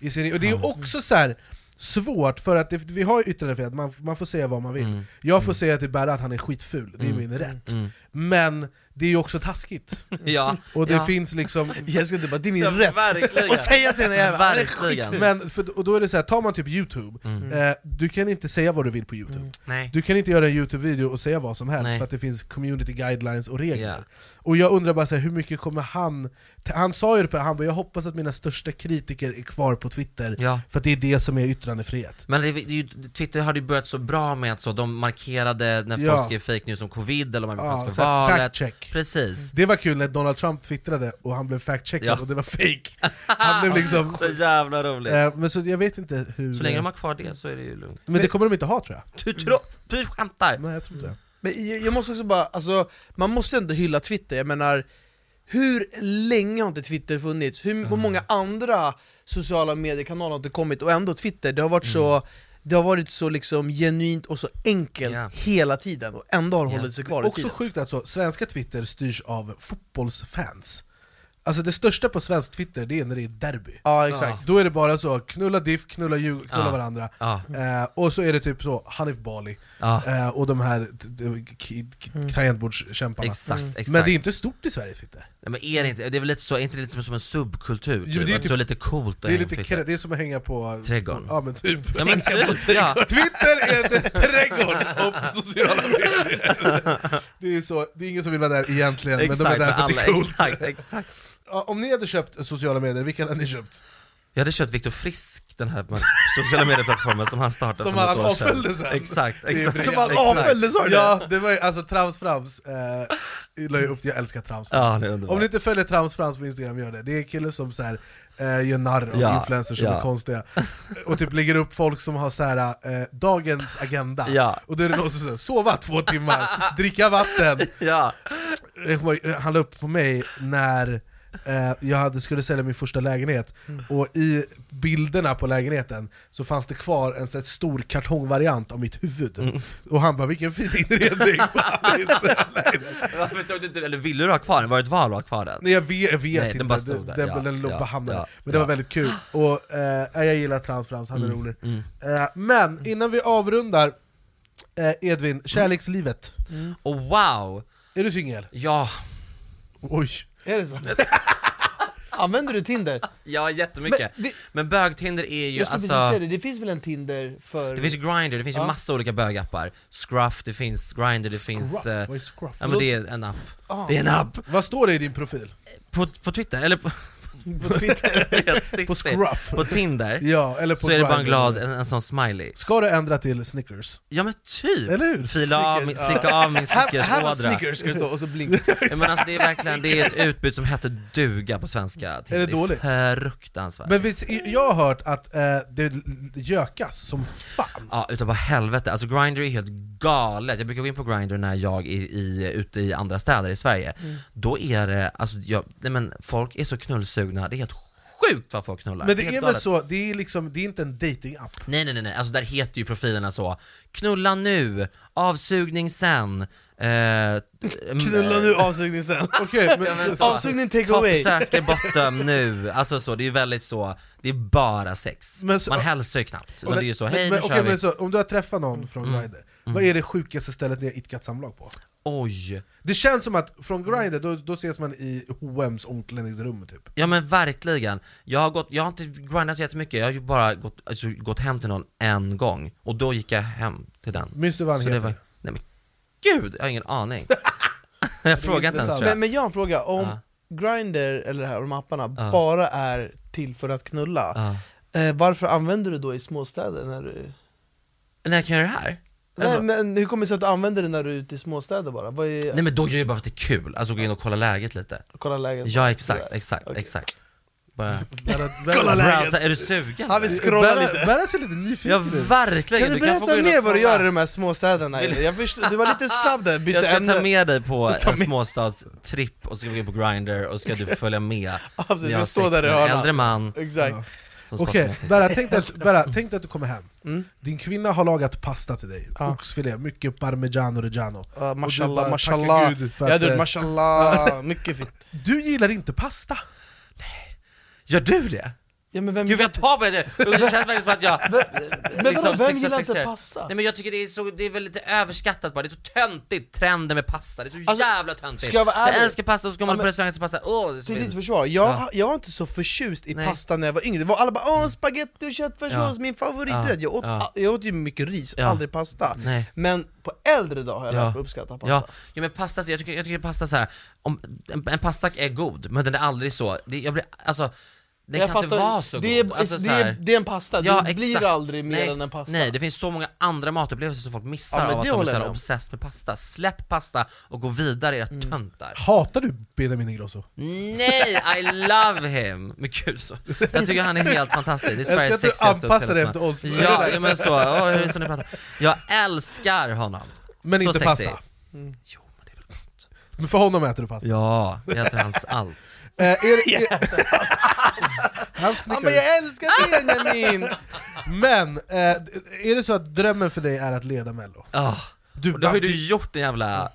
A: I sin, och det är ju också så här svårt, för att det, vi har ju yttrandefrihet, man, man får säga vad man vill. Jag får säga till Berra att han är skitful, det är
B: Mm.
A: min rätt.
B: Mm.
A: Men det är ju också taskigt.
B: Ja,
A: och det
B: ja.
A: finns liksom...
D: Jag skulle bara, det är min
A: Ja,
D: rätt!
A: verkligen.
D: Och säga till den här jäveln, han är
B: Verkligen.
D: skitful!
A: Men, för, och då är det så här, tar man typ youtube, eh, du kan inte säga vad du vill på youtube.
B: Mm. Nej.
A: Du kan inte göra en youtube-video och säga vad som helst
B: Nej.
A: för att det finns community guidelines och regler.
B: Ja.
A: Och jag undrar bara så här, hur mycket kommer han... t- Han sa ju det på han bara, jag hoppas att mina största kritiker är kvar på twitter,
B: Ja.
A: för att det är det som är yttrandefrihet.
B: Men det, det, är ju- Twitter hade ju börjat så bra med att så, de markerade när
A: Ja.
B: folk skrev fake news om covid eller om
A: Ja,
B: amerikanska
A: så här,
B: valet.
A: fact check.
B: Precis.
A: Det var kul när Donald Trump twittrade och han blev fact-checkad
B: Ja.
A: och det var fake. Han blev liksom...
B: Så jävla roligt.
A: Eh, men så jag vet inte hur...
B: Så länge de har kvar det så är det ju lugnt.
A: Men det kommer de inte ha tror jag.
B: Du tror... Du skämtar?
A: Nej jag tror inte det.
D: Men jag, jag måste också bara, alltså, man måste ändå hylla Twitter, jag menar hur länge har inte Twitter funnits? Hur, Hur många
B: Mm.
D: andra sociala mediekanaler har inte kommit? Och ändå Twitter, det har varit
B: Mm.
D: så det har varit så liksom genuint och så enkelt hela tiden, och ändå har det hållit sig kvar i
A: Också
D: tiden.
A: sjukt alltså, svenska Twitter styrs av fotbollsfans. Alltså det största på svensk Twitter, det är när det är derby.
D: Ja, exakt. Ja.
A: Då är det bara så, knulla diff, knulla Djurgården, knulla
B: Ja.
A: varandra.
B: Ja.
A: Eh, och så är det typ så, Hanif Bali
B: Ja.
A: eh, och de här t- t- k- k- tangentbordskämparna.
B: Exakt, Mm. exakt.
A: Men det är inte stort i Sverige Twitter.
B: Nej, men är det inte, det är väl lite så, är inte det lite som en subkultur?
A: Jo,
B: Typ?
A: det är
B: Att
A: typ-
B: så lite coolt att
A: Det är,
B: hänga på
A: lite
B: Twitter.
A: krä- det är som att hänga på...
B: Trädgården.
A: Ja men typ.
B: Ja, men
A: Hänga på
B: typ, ja.
A: trädgården. Twitter är en trädgård av sociala medier. Det är, så, det är ingen som vill vara där egentligen, men de
B: Exakt,
A: är där för att det
B: alla-
A: är coolt.
B: exakt, exakt.
A: Ja, Om ni hade köpt sociala medier, vilka hade ni köpt?
B: Jag hade köpt Viktor Frisk, den här sociala medieplattformen som han startade
A: Som
B: för något
A: han
B: år sedan.
A: avföljde sen?
B: Exakt,
A: Det är
B: exakt.
A: briljant.
B: Exakt.
A: Ja, det var ju alltså Trams Frams, eh, la ju upp det, jag älskar Trams
B: Ja,
A: Frams
B: det är underbart.
A: Om ni inte följer Trams Frams på Instagram, gör det. Det är en kille som så här, eh, gör narr av
B: Ja,
A: influencers som
B: ja.
A: är konstiga Och typ lägger upp folk som har så här, eh, dagens agenda,
B: Ja.
A: och då är det någon som säger sova två timmar, dricka vatten
B: Ja.
A: Jag kommer ihåg, Han la upp på mig när eh, jag hade, skulle sälja min första lägenhet,
B: Mm.
A: och i bilderna på lägenheten så fanns det kvar en så här stor kartongvariant av mitt huvud
B: Mm.
A: Och han bara 'Vilken fin inredning' Fan, det är så jävla-
B: Varför tog du inte, eller ville du ha kvar den? Var det ett val att ha kvar den?
A: Nej jag vet, jag vet
B: Nej,
A: inte,
B: den bara stod där.
A: den,
B: ja,
A: den låg
B: ja,
A: bara hamnade
B: ja,
A: Men det
B: ja.
A: var väldigt kul, och eh, jag gillar Transframs, han är
B: Mm,
A: rolig
B: mm.
A: eh, Men innan vi avrundar, eh, Edvin, kärlekslivet
B: Och wow!
A: Är du singel?
B: Ja.
A: Oj.
D: Är det så? Använder du Tinder?
B: Ja, jättemycket. Men,
D: Men vi-
B: bögtinder är ju
D: Jag skulle
B: alltså...
D: precis säga det, det finns väl en Tinder för...
B: Det finns ju Grindr, det finns ju
D: Ja.
B: massa olika bögappar. Scruff, det finns Grindr, det finns... eh,
A: Vad är Scruff?
B: Ja men det är en app.
A: Ah.
B: Det är en app!
A: Vad står det i din profil?
B: På, på Twitter, eller på...
A: På Twitter?
B: Helt stick-
A: På Scruff.
B: På Tinder,
A: Ja, eller på
B: så är det bara en
A: Grindr.
B: glad, en, en sån smiley.
A: Ska du ändra till Snickers?
B: Ja men typ!
A: Eller hur?
B: Fila av, min, slicka av min
D: Här-
B: snickersådra.
D: här var Snickers, ska det stå, och så blink.
B: ja, men alltså det är verkligen, det är ett utbud som heter duga på svenska. Tinder.
A: Är det dåligt?
B: Fruktansvärt.
A: Men visst, jag har hört att eh, det gökas som fan.
B: Ja, utav bara helvete. Alltså Grindr är helt galet. Jag brukar gå in på Grindr när jag är i, ute i andra städer i Sverige.
A: Mm.
B: Då är det, alltså jag, nej men folk är så knullsugna, det är helt sjukt vad folk knullar.
A: Men det
B: helt
A: är väl
B: galet.
A: så, det är, liksom, det är inte en dating-app.
B: Nej nej nej, nej. alltså där heter ju profilerna så, knulla nu, avsugning sen, eh,
D: Knulla nu, avsugning sen.
A: Okej, men-
D: avsugning take away.
B: Top söker bottom nu, alltså så, det är väldigt så, det är bara sex.
A: Men så-
B: Man hälsar ju knappt, utan
A: Men-
B: det är ju så,
A: men- men
B: hej nu
A: okej,
B: kör vi.
A: men så, Om du har träffat någon från
B: Mm.
A: Grindr,
B: Mm.
A: vad är det sjukaste stället ni har idkat samlag på?
B: Oj!
A: Det känns som att från Grindr, då, då ses man i H&M's omklädningsrum typ.
B: Ja men verkligen. Jag har, gått, jag har inte grindat så jättemycket, jag har ju bara gått, alltså, gått hem till någon en gång och då gick jag hem till den.
A: Minns du vad han
B: Så det
A: heter?
B: var- nej men gud, jag har ingen aning. jag frågar inte ens tror jag.
C: Men, men jag har en fråga, om
B: Ja.
C: Grindr eller de här de apparna
B: Ja.
C: bara är till för att knulla,
B: Ja.
C: eh, varför använder du då i småstäder när du...
B: När jag kan göra det här?
C: Nej,
B: Eller-
C: men hur kommer det sig att du använder det när du är ute i småstäder bara? Vad är...
B: Nej men då gör jag bara för att det är kul, alltså gå in och kolla läget lite.
C: Kolla läget?
B: Ja exakt, exakt, exakt. Bara...
A: Bara-
B: Kolla
A: bara-
B: läget! Är du sugen?
C: Han vill scrolla
A: Bara-
C: lite.
A: bara se lite nyfiken
B: Ja
A: ut.
B: verkligen!
C: Kan du
B: kan
C: berätta
B: få gå in och
C: mer vad du gör i
B: kolla.
C: de här småstäderna? Jag förstår, du var lite snabb där, bytte
B: Jag ska
C: ämne.
B: ta med dig på
C: Ta
B: en
C: med-
B: småstadstripp och ska vi gå på Grindr och ska du följa med
C: precis,
B: när
C: vi
B: jag har
C: står
B: sex
C: där i
B: med en
C: hörnan.
B: äldre man
C: Exakt.
B: som ska
A: Okej,
B: ta med sig.
A: bara tänk dig att, bara, tänk dig att du kommer hem,
C: Mm.
A: din kvinna har lagat pasta till dig, oxfilé, mycket parmigiano reggiano
C: Ja,
A: Och du
C: mashallah,
A: bara,
C: mashallah.
A: tacka Gud för
C: Jag
A: att,
C: hade
A: eh,
C: mashallah,
A: Ja.
C: mycket fint.
A: Du gillar inte pasta?
B: Gör du det?
C: Ja, men vem
B: Gud jag tar på det! där. Det känns verkligen som att jag...
C: men vadå, vem
B: sexuellt
C: gillar inte
B: sexuell.
C: pasta?
B: Nej men jag tycker det är, så, det är väl lite överskattat bara, det är så töntigt, trenden med pasta, det är så jävla töntigt!
C: Alltså, ska jag vara ärlig?
B: älskar pasta och så kommer
C: Ja,
B: man på
C: men-
B: restaurangen och äter pasta, åh! det är så
C: Till
B: fint.
C: ditt försvar, jag, jag var inte så förtjust i
B: Nej.
C: pasta när jag var yngre, det var alla bara åh spagetti och köttfärssås,
B: Mm. Ja.
C: min favoriträtt jag, åt,
B: Ja.
C: jag åt ju mycket ris,
B: Ja.
C: aldrig pasta
B: Nej.
C: Men på äldre dag har jag lärt mig uppskatta pasta
B: Ja, ja men pasta, så jag tycker, jag tycker pasta så här. Om, en, en pasta är god, men den är aldrig så, det, jag blir, alltså den
C: Jag
B: kan inte
C: fattar,
B: vara så
C: det är-
B: god. Alltså,
C: det
B: så här-
C: är- det är en pasta, det blir aldrig mer
B: nej,
C: än en pasta.
B: Nej, det finns så många andra matupplevelser som folk missar
C: Ja, men
B: av att
C: det
B: de är
C: håller
B: så
C: jag
B: här
C: med om. Mm.
B: obsessed med pasta. Släpp pasta och gå vidare era töntar.
A: Hatar du Benjamin Ingrosso?
B: Nej, I love him! Men gud, så. jag tycker han är helt fantastisk. Det är
A: Älskar
B: Sveriges
A: att du
B: sexigaste och
A: anpassar dig
B: sexigaste
A: efter
B: man.
A: oss.
B: Ja,
A: Exakt.
B: ja, men så. Ja, hur är det som ni pratar? Jag älskar honom.
A: Men
B: så
A: inte
B: sexy.
A: pasta? Men för honom äter du pasta?
B: Ja, jag äter hans allt.
A: Eh, är, det- är, han
C: Han
A: snickrar
C: bara
A: ut.
C: jag älskar Benjamin!
A: Men, eh, är det så att drömmen för dig är att leda mello?
B: Ja.
A: Du-
B: och då har ju du gjort en jävla...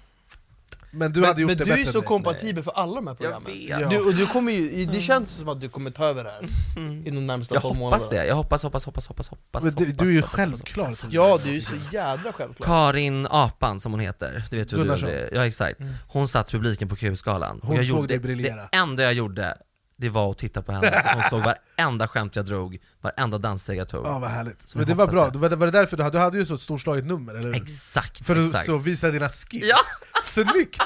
A: Men du
C: men,
A: hade gjort
C: men
A: det
C: du
A: bättre
C: är så
A: än mig.
C: kompatibel för alla de här programmen
B: Jag vet. Mm.
C: du, och du kommer ju, Det känns som att du kommer ta över det här inom de närmsta
B: Jag
C: 12
B: hoppas
C: månaderna
B: det, jag hoppas, hoppas, hoppas, hoppas, hoppas.
A: Men du,
B: hoppas,
A: du är ju
B: hoppas, hoppas.
A: självklar
C: Ja, du är ju så jävla självklar
B: Karin Apan som hon heter, du vet hur
A: Gunnarsson. Mm.
B: du det. Ja exakt. Hon satt publiken på Q-skalan.
A: Hon
B: jag
A: såg
B: gjorde,
A: dig briljera.
B: Det enda jag gjorde, det var att titta på henne. Så hon såg varenda skämt jag drog, varenda danssteg jag tog.
A: Ja vad härligt.
B: Så
A: Men
B: jag
A: det var
B: hoppas
A: bra,
B: att-
A: det var, var det därför du hade, du hade ju så ett storslaget nummer, eller hur?
B: Exakt,
A: För att
B: exakt.
A: så visa dina skills.
B: Ja.
A: Snyggt!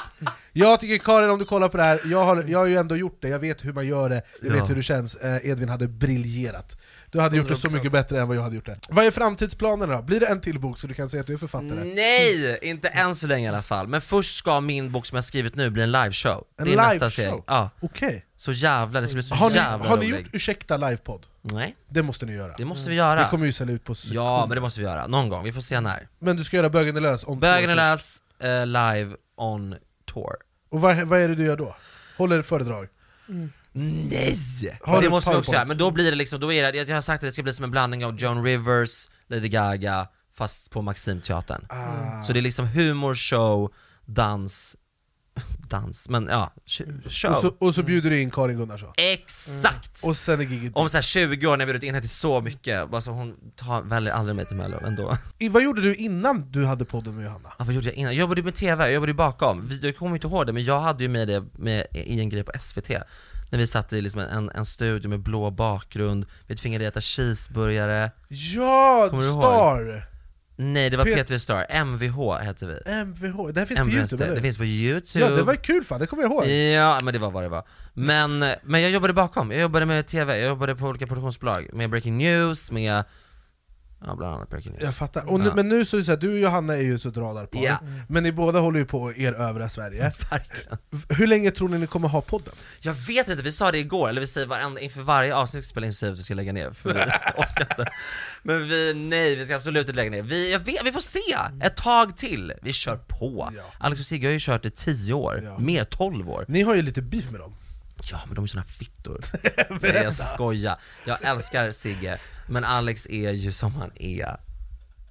A: Jag tycker Karin, om du kollar på det här, jag har, jag har ju ändå gjort det, jag vet hur man gör det, jag
B: Ja.
A: vet hur det känns. Eh, Edvin hade briljerat. Du hade gjort det så
B: 100%.
A: mycket bättre än vad jag hade gjort det. Vad är framtidsplanerna då? Blir det en till bok så du kan säga att du är författare?
B: Mm, Nej, inte än så länge i alla fall. Men först ska min bok som jag skrivit nu bli en liveshow.
A: En
B: det är nästa
A: liveshow?
B: steg. Ja.
A: Okej.
B: Så jävlar, det ska bli så
A: Har ni,
B: jävla
A: har ni
B: rolig.
A: gjort Ursäkta livepodd?
B: Nej.
A: Det måste ni göra.
B: Det måste vi göra.
A: Det kommer ju sälja ut på sekund.
B: Ja, men det måste vi göra. Någon gång, vi får se när.
A: Men du ska göra Bögen är lös om två
B: Bögen är
A: år först.
B: lös, eh, live on tour.
A: Och vad, vad är det du gör då? Håller föredrag?
B: Nej!
A: Har
B: det
A: du
B: måste vi också
A: PowerPoint?
B: göra, men då blir det liksom, då är det, jag har sagt att det ska bli som en blandning av Joan Rivers, Lady Gaga, fast på Maximteatern.
A: Ah.
B: Så det är liksom humor, show, dans, dans, men ja, sh- show.
A: Mm. Och så, och så bjuder du in Karin Gunnarsson?
B: Exakt!
A: Och sen är giget
B: Om så här 20 år när jag bjudit in henne till så mycket, alltså hon tar, väljer aldrig mig till mello ändå.
A: I- Vad gjorde du innan du hade podden med Johanna?
B: Ja, vad gjorde jag innan? Jag jobbade ju med TV, jag jobbade ju bakom. Vi- Jag kommer inte ihåg det, men jag hade ju med det med, i en grej på SVT. När vi satt i liksom en, en studio med blå bakgrund, vi tvingade äta cheeseburgare.
A: Ja,
B: Kommer du ihåg?
A: Star!
B: Nej, det var
A: Pet-
B: Petri Star, MVH hette vi.
A: MVH, det här finns
B: MVH,
A: på youtube eller?
B: Det finns på youtube.
A: Ja det var kul fan, det kommer jag ihåg!
B: Ja, men det var vad det var. Men, men jag jobbade bakom, jag jobbade med TV, jag jobbade på olika produktionsbolag, med Breaking News, med, ja bland annat Breaking News.
A: Jag fattar. Och nu,
B: Ja.
A: Men nu så är det så här, du och Johanna är ju så ett radarpar,
B: Ja.
A: men ni båda håller ju på er övriga Sverige.
B: Verkligen.
A: Hur länge tror ni ni kommer ha podden?
B: Jag vet inte, vi sa det igår, eller vi säger varenda, inför varje avsnitt ska spela in så att vi ska lägga ner, för vi orkar inte. Men vi, nej vi ska absolut inte lägga ner. Vi, jag vet, vi får se, ett tag till. Vi kör på. Alex och Sigge har ju kört i 10 år, mer 12 år.
A: Ni har ju lite beef med dem.
B: Ja men de är såna fittor. nej jag skojar. Jag älskar Sigge, men Alex är ju som han är.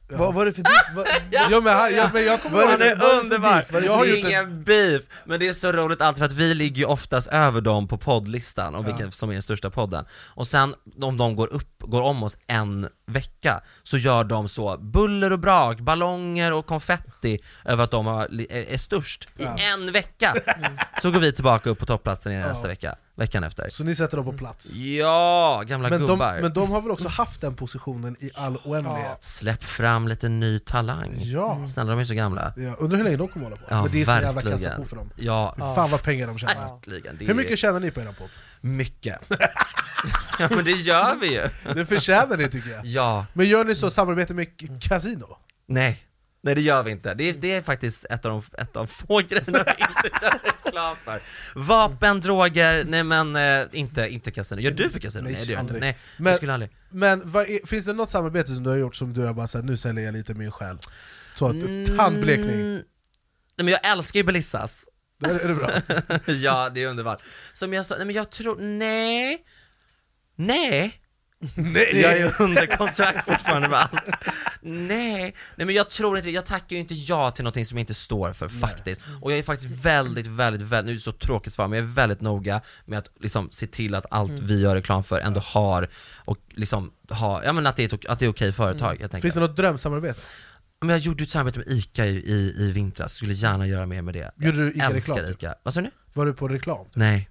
D: Vad var det för beef? Vad-
A: Ja, men han- ja, men jag kommer ihåg-
B: Hon
A: vad är det för
B: är underbar!
A: beef? Vad är det
B: Jag har
A: för
B: gjort
A: beef?
B: ingen beef! Men det är så roligt alltid för att vi ligger ju oftast över dem på poddlistan, om
A: Ja.
B: vilken som är den största podden. Och sen om de går upp, går om oss en vecka, så gör de så buller och brak, ballonger och konfetti över att de har, li- är, är störst i
A: Ja.
B: en vecka. Så går vi tillbaka upp på topplatsen igen nästa vecka, veckan efter.
A: Så ni sätter dem på plats?
B: Ja, gamla
A: Men de,
B: gubbar.
A: men de har väl också haft den positionen i all oändlighet?
B: Släpp fram lite ny talang.
A: Ja.
B: Snälla, de är så gamla.
A: Ja, undrar hur länge de kommer hålla på?
B: Ja,
A: men det är så jävla
B: verkligen.
A: kassako för dem.
B: Ja.
A: Hur fan vad pengar de tjänar.
B: Verkligen, det
A: Hur
B: är-
A: mycket tjänar ni på er podd?
B: Mycket. ja men det gör vi ju.
A: Det förtjänar det tycker jag.
B: Ja.
A: Men gör
B: Mm.
A: ni så samarbete med k- kasino?
B: Nej. Nej det gör vi inte. Det är, det är faktiskt ett av, de, ett av få grejerna vi inte gör reklam för. Vapen, droger, nej men eh, inte, inte kasino. Gör du för kasino? Nej, det gör jag inte.
A: aldrig.
B: Nej,
A: men,
B: jag skulle aldrig.
A: Men vad är, finns det något samarbete som du har gjort som du har bara sagt nu säljer jag lite min själ? Så att,
B: Mm.
A: tandblekning.
B: Nej men jag älskar ju Belissas.
A: Det är, är det bra?
B: ja, det är underbart. Som jag sa, nej men jag tror, nej. Nej.
A: Nej.
B: Jag är under kontrakt fortfarande med allt. Nej. nej, men jag tror inte Jag tackar ju inte ja till någonting som jag inte står för faktiskt. Och jag är faktiskt väldigt, väldigt, väldigt, nu är det så tråkigt svar, men jag är väldigt noga med att liksom se till att allt
A: Mm.
B: vi gör reklam för ändå har, och liksom ha, ja men att det är ett, att det är okej företag
A: Mm.
B: helt enkelt.
A: Finns det något drömsamarbete?
B: Men jag gjorde ju ett samarbete med ICA i, i, i vintras, skulle gärna göra mer med det.
A: Gjorde du
B: Jag
A: ICA-reklam,
B: älskar
A: typ?
B: ICA. Vad sa du?
A: Var du på reklam?
B: Nej.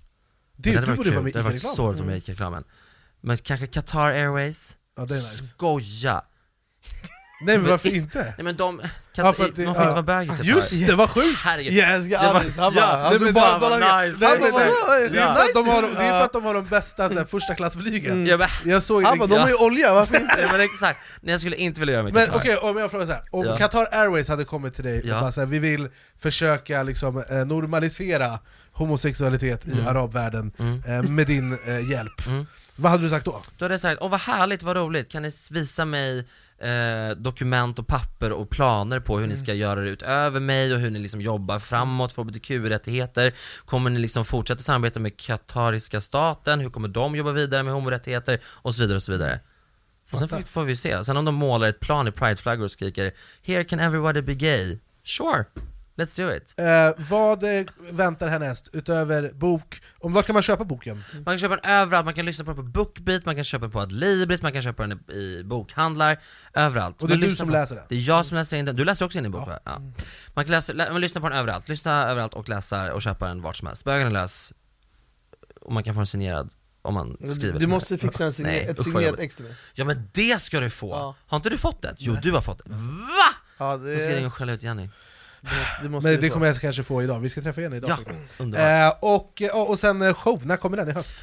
A: Det-
B: Men
A: du
B: varit
A: borde
B: kul.
A: vara med
B: Det hade varit
A: ICA-reklam.
B: så roligt med
A: Mm.
B: ICA-reklamen. Men kanske Qatar Airways?
A: Ja, det är nice.
B: Skoja!
A: Nej men varför inte?
B: Nej men de, kan,
A: Ja, för att det-
B: man får
A: ja. Ah,
B: inte vara bög i Qatar.
A: Just det, vad sjukt!
B: Herregud.
A: Jag älskar
B: Det var-
A: Alice, han
B: ja,
A: bara-
B: nej,
A: alltså
B: men
A: bara-
B: fan vad
A: bara-
B: nice.
A: han
B: Nej,
A: bara,
B: men-
A: "Åh, det är
B: Ja.
A: för att de har de- det är för att de har de bästa så här, första klassflygen.
B: Ja, men-
A: Mm. Jag såg
B: Han bara, de har ju
A: olja, varför
B: Nej men exakt, nej jag skulle inte vilja göra med
A: Men
B: Qatar.
A: okej, om jag frågar så här. om
B: Ja.
A: Qatar Airways hade kommit till dig
B: Ja.
A: och bara så här, vi vill försöka liksom, eh, normalisera homosexualitet i
B: Mm.
A: arabvärlden
B: Mm.
A: eh, med din eh, hjälp,
B: Mm.
A: vad hade du sagt då?
B: Då hade jag sagt, åh vad härligt, vad roligt, kan ni visa mig eh, dokument och papper och planer på hur ni ska göra det utöver mig och hur ni liksom jobbar framåt för hbtq-rättigheter? Kommer ni liksom fortsätta samarbeta med katariska staten? Hur kommer de jobba vidare med homorättigheter? Och så vidare och så vidare. Och sen får, får vi se. Sen om de målar ett plan i prideflaggor och skriker “Here can everybody be gay”. Sure, let's do it.
A: Eh, vad eh, väntar härnäst, utöver bok, om, var ska man köpa boken?
B: Man kan köpa den överallt, man kan lyssna på den på Bookbeat, man kan köpa den på Adlibris, man kan köpa den i bokhandlar, överallt.
A: Och det är
B: Men
A: du
B: lyssna
A: som
B: på-
A: läser den?
B: Det är jag som läser in den, du läser också in din bok va? Ja. Man kan läsa, lä, man lyssnar på den överallt, lyssna överallt och läsa och köpa den vart som helst. Bögen är lös, och man kan få den signerad om man
D: Du-
B: skriver
D: du
B: till
D: måste
B: mig.
D: fixa en signer-
B: Nej,
D: ett
B: usch, vad
D: signerat
B: jobbigt.
D: extra.
B: Ja men det ska du få!
D: Ja.
B: Har inte du fått det? Jo du har fått det. Va?
D: Ja, det-
B: Nu ska ingen skälla ut Jenny.
A: Men det kommer jag kanske få idag, vi ska träffa igen idag
B: Ja,
A: faktiskt.
B: underbart.
A: Eh, och, eh, och sen eh, show, när kommer den? I höst?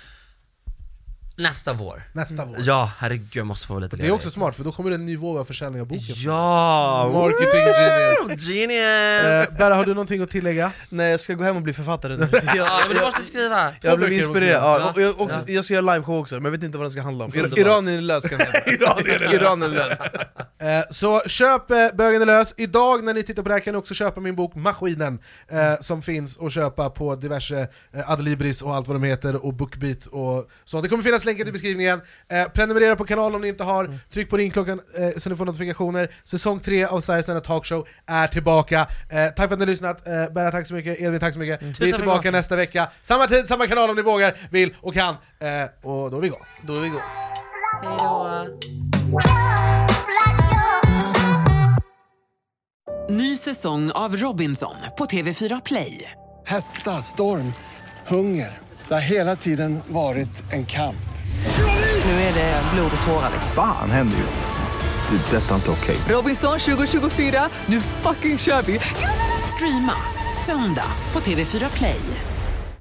B: Nästa vår.
A: Eh, Nästa vår.
B: Mm. Ja, herregud jag måste få vara lite
A: Det är
B: ledig.
A: också smart, för då kommer det en ny våg av försäljning av boken.
B: Ja!
A: Marketing
B: Woo!
A: genius!
B: Genius!
A: Eh, Berra, har du någonting att tillägga?
D: Nej jag ska gå hem och bli författare nu.
B: Ja, men du måste skriva.
D: Jag blev inspirerad, ja, och jag, och
B: Ja.
D: jag ska göra liveshow också, men jag vet inte vad den ska handla om.
B: Underbart.
D: Iran är lös kan jag heta. Iran är lös.
A: Eh, Så köp eh, Bögen är lös. Idag när ni tittar på det här kan ni också köpa min bok Maskinen eh, som finns att köpa på diverse eh, Adlibris och allt vad de heter och Bookbeat och så. Det kommer finnas länkar i beskrivningen. Eh, Prenumerera på kanalen om ni inte
B: Mm.
A: har. Tryck på ringklockan eh, så ni får notifikationer. Säsong 3 av Sveriges enda talkshow är tillbaka. Eh, Tack för att ni har lyssnat. Eh, Berra tack så mycket, Edvin tack så mycket. Vi är
B: Mm. Tusen
A: tillbaka
B: tack.
A: nästa vecka. Samma tid, samma kanal om ni vågar, vill och kan. Eh, Och då är vi igång.
D: Då är vi igång.
F: Ny säsong av Robinson på TV4 Play.
G: Hetta, storm, hunger. Det har hela tiden varit en kamp.
F: Nu är det blod och tårar. liksom.
H: Fan händer just nu. Det. är Detta är inte okej.
F: Robinson 2024, nu fucking kör vi! Streama söndag på TV4 Play.